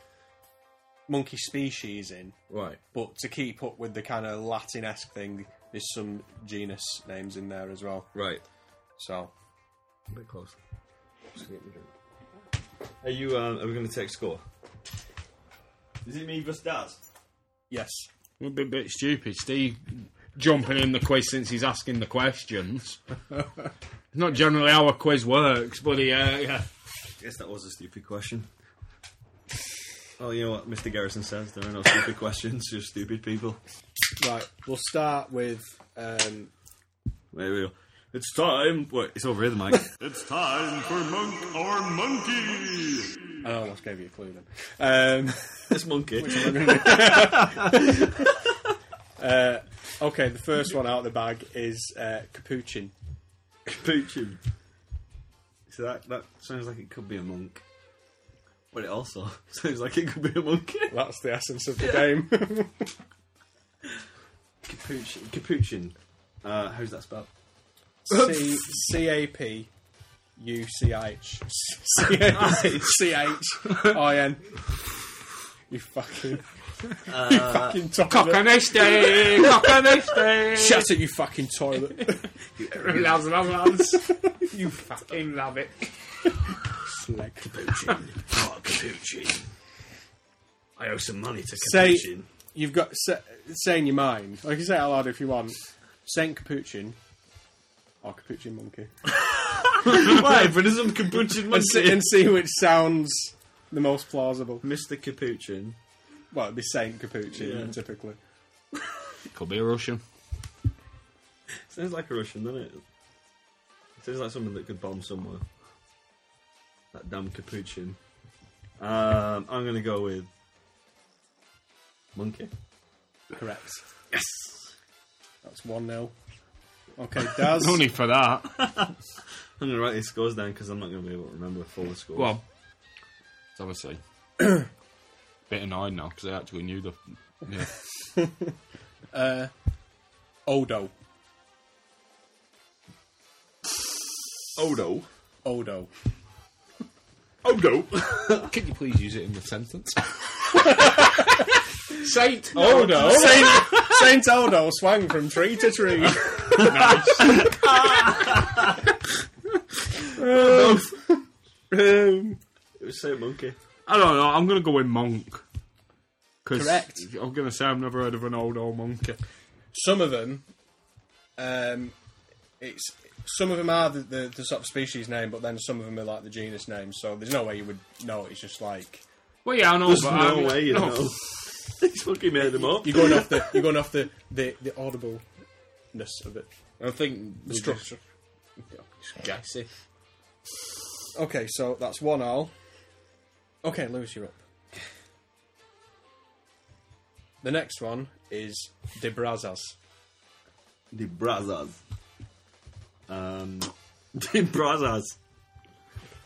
monkey species in.
Right.
but to keep up with the kind of Latinesque thing, there's some genus names in there as well.
Right.
So
A bit close. Are you? Um, are we going to take score? Is it me versus Daz?
yes,
would be a bit stupid. Steve jumping in the quiz since he's asking the questions. It's Not generally how a quiz works, but he, uh, yeah.
Guess that was a stupid question. Oh, you know what Mr. Garrison says? There are no stupid questions, just stupid people.
right. We'll start with um,
Wait, wait. It's time. Wait, it's over here, the mic. it's time for monk or monkey.
I almost gave you a clue then. Um,
It's monkey.
okay, the first one out of the bag is uh, capuchin.
Pooching. So that that sounds like it could be a monk, but it also sounds like it could be a monkey.
That's the essence of the game.
Capuchin. Capuchin. Uh, how's that spelled?
C C A P U C H C A- C H I N. You fucking, you fucking toilet.
Cockney Cockney
Shut it, you fucking toilet.
Lads, lads, lads. You fucking love it.
Slag.
Capuchin. oh, capuchin. I owe some money to
Say-
capuchin.
you've got say, say in your mind. I can say it out loud if you want. Saint Capuchin or Capuchin Monkey,
Why? But isn't capuchin
and, see, and see which sounds the most plausible.
Mr. Capuchin.
Well, it'd be Saint Capuchin
Yeah.
typically.
Could be a Russian.
Sounds like a Russian, doesn't it? Sounds like something that could bomb somewhere. That damn capuchin. Um, I'm gonna go with monkey.
Correct. Yes. That's one 0 Okay, Daz.
Only for that.
I'm gonna write these scores down because I'm not gonna be able to remember the full scores.
Well, it's obviously bit annoyed now because I actually knew the. Yeah.
Odo.
oh
Odo.
Odo.
Odo.
Can you please use it in the sentence? Saint Odo.
Saint, Saint Odo swang from tree to tree. Um,
it was say monkey.
I don't know. I'm gonna go with monk. 'Cause
Correct.
I'm gonna say I've never heard of an old old monkey.
some of them, um, it's some of them are the, the, the sort of species name, but then some of them are like the genus name. So there's no way you would know. It's just like
Well, yeah, I know.
There's
but I
no
mean-
way you
no.
know. He's fucking made him up.
you're going off the you're going off the the, the audibleness of it.
I think
The
we just-
structure.
just guess it.
Okay, so that's one all. Okay, Lewis, you're up. The next one is De Brazas.
The Brazas. Um, the Brazas.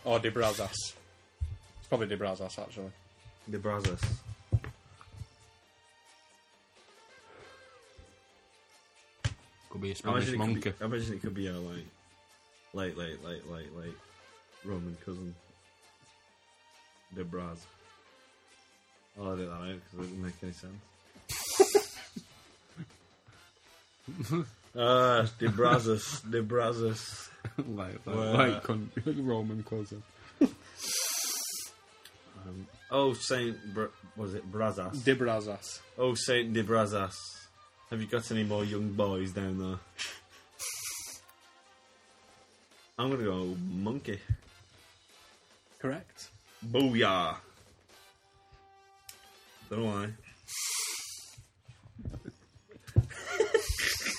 Or De Brazas. It's probably De Brazas, actually.
The Brazas.
Could be a
I
Spanish
imagine, it could
monkey.
be, I imagine it could be our like, late, late, late, late, late Roman cousin. The Braz. I'll edit that out because it doesn't make any sense. Ah, the Brazas, the Brazas.
like, like,
Well, uh,
like con- Roman cousin.
Oh, Saint, Br- was it Brazas?
De Brazas.
Oh, Saint de Brazas, have you got any more young boys down there? I'm gonna go monkey.
Correct.
Booyah! Don't know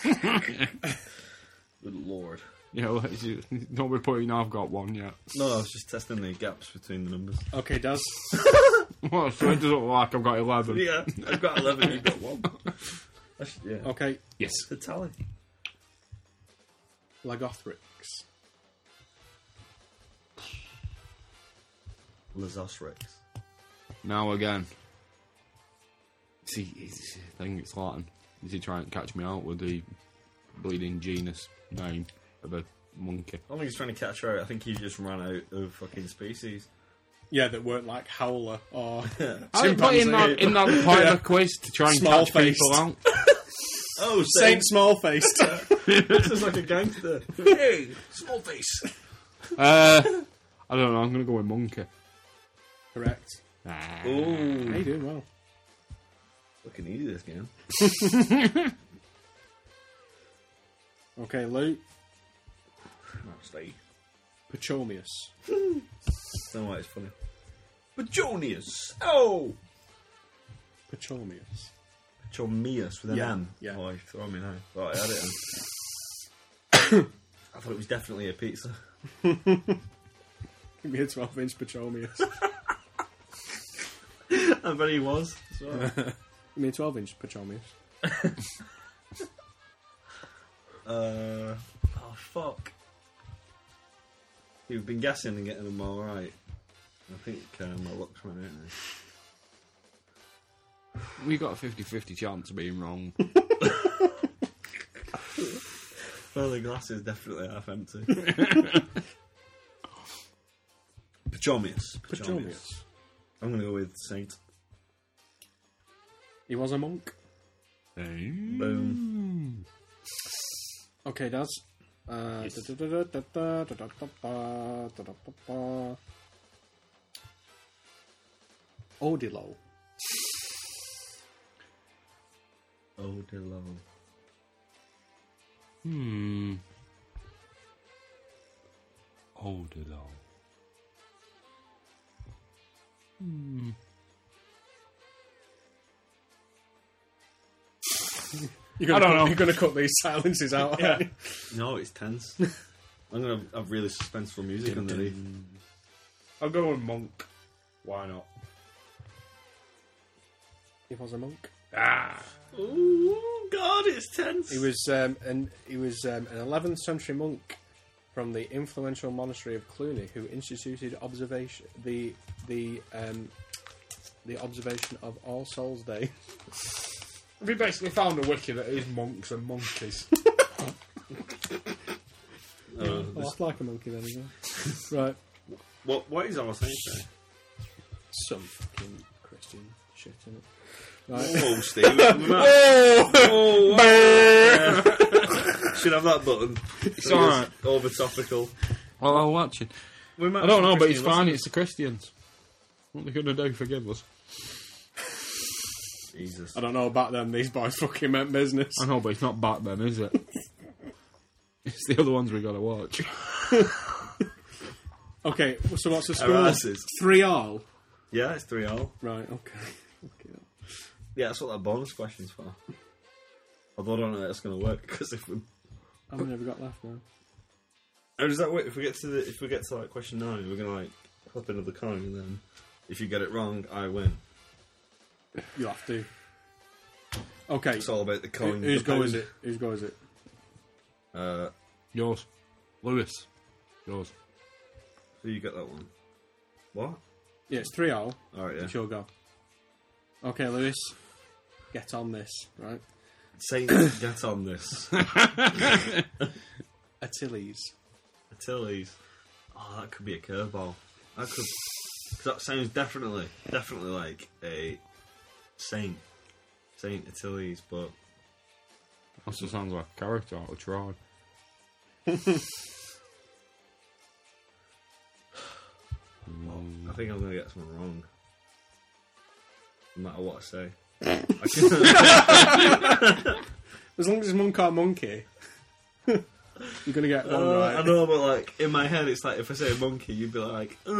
why. Good lord.
Yeah, well, you, don't be putting. I've got one yet.
No, I was just testing the gaps between the numbers.
Okay, Daz.
Well, so it doesn't look like I've got eleven.
Oh, Yeah, Oh, I've got 11, you've got one. That's, yeah.
Okay,
Yes.
The tally.
Lagothrix.
Lazos Rex.
Now again. See, it's, I think it's Latin. Is he trying to catch me out with the bleeding genus name of a monkey?
I don't think he's trying to catch her out. I think he just ran out of fucking species.
Yeah, that weren't like Howler or
I put in that, in that part of the quiz to try and catch
Small-faced.
people out.
Oh,
Saint Smallfaced.
Sounds like a gangster. hey, small face.
Uh, I don't know. I'm gonna go with monkey.
Correct.
Ah.
Ooh,
Hey, doing well.
fucking easy this game.
Okay, Luke.
Actually,
Pachomius.
don't know why it's funny. Pajonius. Oh,
Pachomius.
Pajomius with an
Yeah,
M.
yeah.
Oh, you throw me now. Right, I had it. then. I thought it was definitely a pizza.
Give me a 12 inch Pachomius.
I bet he was.
Give me a 12 inch Pachomius.
Uh, oh fuck. You've been guessing and getting them all right. I think uh, my luck's running out now.
We got a 50-50 chance of being wrong.
Well, the glass is definitely half empty. Pachomius. Pachomius.
Pachomius.
I'm going to go with Saint.
He was a monk.
Eh?
Boom.
Okay, Daz. Uh, da-da-da-da-da, da-da-da-da, da-da-da-da. Odilo.
Mm. Odilo.
Hmm. Hold it all.
You're gonna
I don't
cut,
know.
You're going to cut these silences out. aren't you?
No, it's tense. I'm gonna have, have really suspenseful music underneath.
I'll go with Monk. Why not?
He was a monk.
Ah,
Oh God, it's tense.
He was um, an he was um, an 11th century monk from the influential monastery of Cluny, who instituted observation the the um, the observation of All Souls Day.
we basically found a wiki that is monks and monkeys.
Uh,
Oh, that's like a monkey then, isn't it? right?
what what is our saying? there?
Some fucking Christian shit in it.
Whoa, Oh, Steve!
Oh,
Whoa!
Oh,
Whoa! uh, Should have that button. It's
alright.
Over topical.
Well, I'll watch it.
We might
I don't know,
have
but it's
Christian
fine. It's the Christians. What they gonna do? Forgive us.
listeners. Jesus.
I don't know about them. These boys fucking meant business.
I know, but it's not back then, is it? it's the other ones we gotta watch.
Okay, so what's the
Our
score?
asses.
Three all.
Yeah, it's three all.
Right. Okay. okay.
Yeah, that's what that bonus question's for. Although I don't know if that's going to work because if we,
How many have we got left now?
oh, does that work? If we get to the, if we get to like question nine, we're going to like flip another coin, and then if you get it wrong, I win.
You have to. Okay.
It's all about the coin.
Whose
the
go
pound.
is it? Whose go is it?
Uh,
Yours, Lewis. Yours.
so you got that one. What?
Yeah, it's three all.
All right, yeah.
It's your go. Okay, Lewis, get on this. Right,
Say get on this,
Achilles.
Achilles. Oh, that could be a curveball. That could. Cause that sounds definitely, definitely like a saint, Saint Achilles, but
Also sounds like a character out of Troy.
I think I'm gonna get someone wrong. No matter what I say. I can-
As long as it's monk or monkey, you're gonna get one right.
Uh, I know, but like in my head, it's like if I say monkey, you'd be like, uh,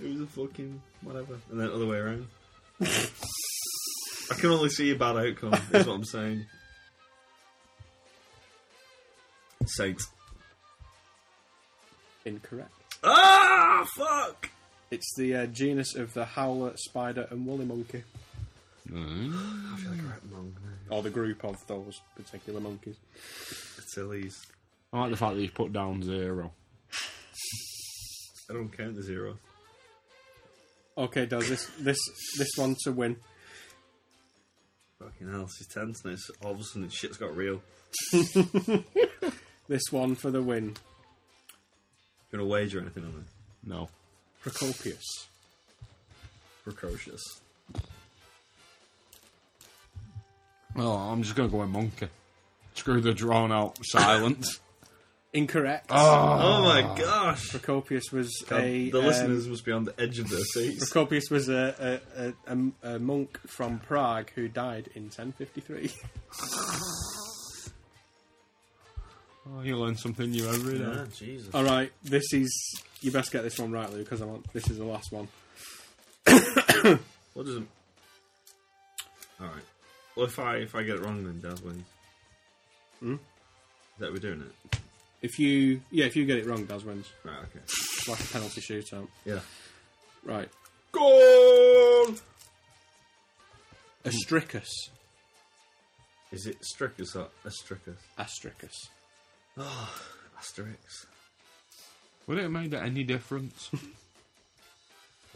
it was a fucking whatever, and then other way around. I can only see a bad outcome. Is what I'm saying. Saint.
Incorrect.
Ah, fuck.
It's the uh, genus of the howler, spider, and woolly monkey,
I feel like I wrote wrong. now.
or the group of those particular monkeys.
Achilles.
I like the fact that he's put down zero.
I don't count the zero.
Okay, does this this this one to win?
Fucking hell, she's tense now. It's- All of a sudden, shit's got real.
This one for the win.
You gonna wager anything on it?
No.
Procopius.
Precocious.
Oh, I'm just gonna go with monkey. Screw the drawn out silence.
Incorrect.
Oh my gosh!
Procopius was
God,
a
the
um,
listeners must be on the edge of their seats.
Procopius was a, a, a, a, a monk from Prague who died in 1053.
Oh, you learn something new every day.
Ah, Jesus.
All right, this is you best get this one right, Lou, because I want this is the last one.
What does it? All right. Well, if I if I get it wrong, then Daz wins. Hmm. Is that we're doing it?
If you yeah, if you get it wrong, Daz wins.
Right. Okay.
It's like a penalty shootout.
Yeah.
Right,
Goal.
Astricus,
Is it Strickus or Astricus?
Astricus.
Asterix.
Would it have made any difference?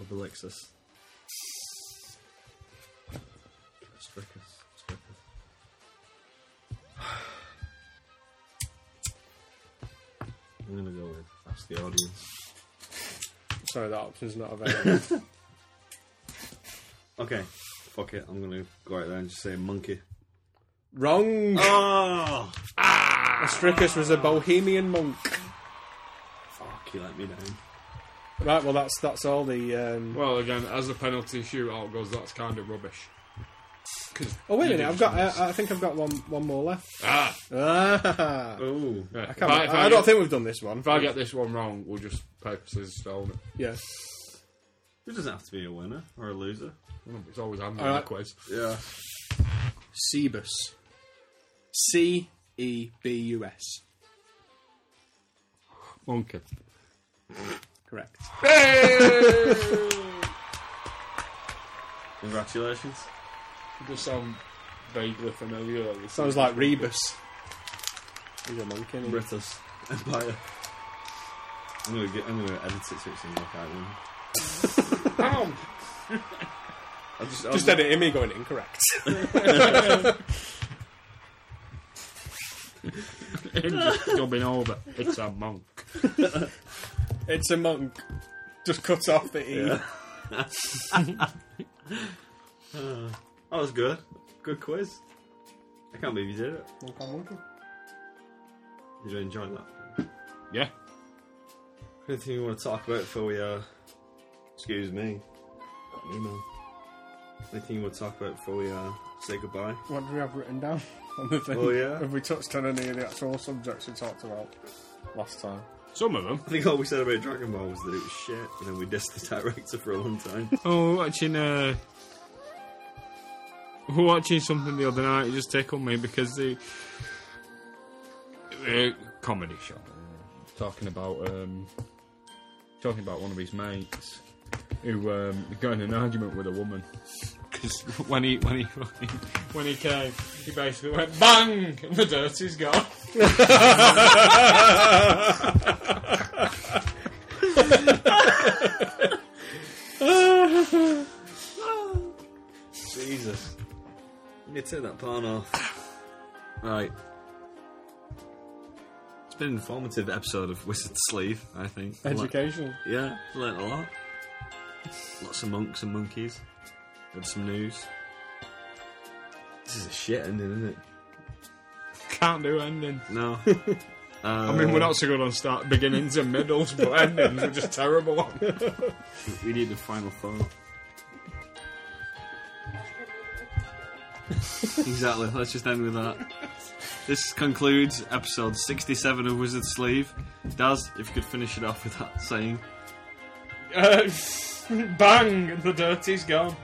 Obelixus. Strickus. Strickus. I'm gonna go with ask the audience.
Sorry, that option's not available.
Okay. Fuck it. I'm gonna go out there and just say monkey.
wrong. Ah!
Oh,
Astricus was a Bohemian monk.
fuck! You let me down.
Right, well that's that's all the. Um...
well, again, as the penalty shootout goes, that's kind of rubbish.
Oh wait a minute, I've got. I, I think I've got one one more left.
Ah,
Ah,
Oh,
right. if,
Come
I,
on,
if,
I,
I,
don't think we've done this one.
if I get this one wrong, we'll just paper scissors stone it.
Yeah.
it doesn't have to be a winner or a loser.
It's always handy in
All
the
right.
quiz.
Yeah.
Cebus. C E B U S.
Bonker.
Correct.
Congratulations.
does sound vaguely familiar.
Sounds like Rebus. He's a monkey. isn't he?
British Empire. I'm gonna, get, I'm gonna edit it so it seems like I won. I just,
Just edit him, he going incorrect.
just dubbing over. It's a monk.
it's a monk. Just cut off the E.
That was good. Good quiz. I can't believe you did it. Did you enjoy that?
Yeah.
Anything you want to talk about before we, uh. Excuse me. Email. Anything you want to talk about before we, uh, say goodbye?
What do we have written down on the thing?
Oh, yeah.
Have we touched on any of the actual subjects we talked about last time?
Some of them.
I think all we said about Dragon Ball was that it was shit, and then we dissed the director for a long time.
Oh, we're watching. Uh, we were watching something the other night. It just tickled me because the uh, comedy show talking about um, talking about one of his mates who um, got in an argument with a woman because when he when he when he came, he basically went bang, and the dirt is gone.
Jesus. You need to take that pan off. Right. It's been an informative episode of Wizard Sleeve, I think.
Educational.
Le- yeah, learned a lot. Lots of monks and monkeys. Got some news. This is a shit ending, isn't it?
Can't do endings.
No. Uh,
I mean, we're not so good on start beginnings and middles, but endings are just terrible. on.
we need the final thought. exactly, let's just end with that. This concludes episode 67 of Wizard Sleeve. Daz, if you could finish it off with that saying.
Uh, bang, the dirt is gone.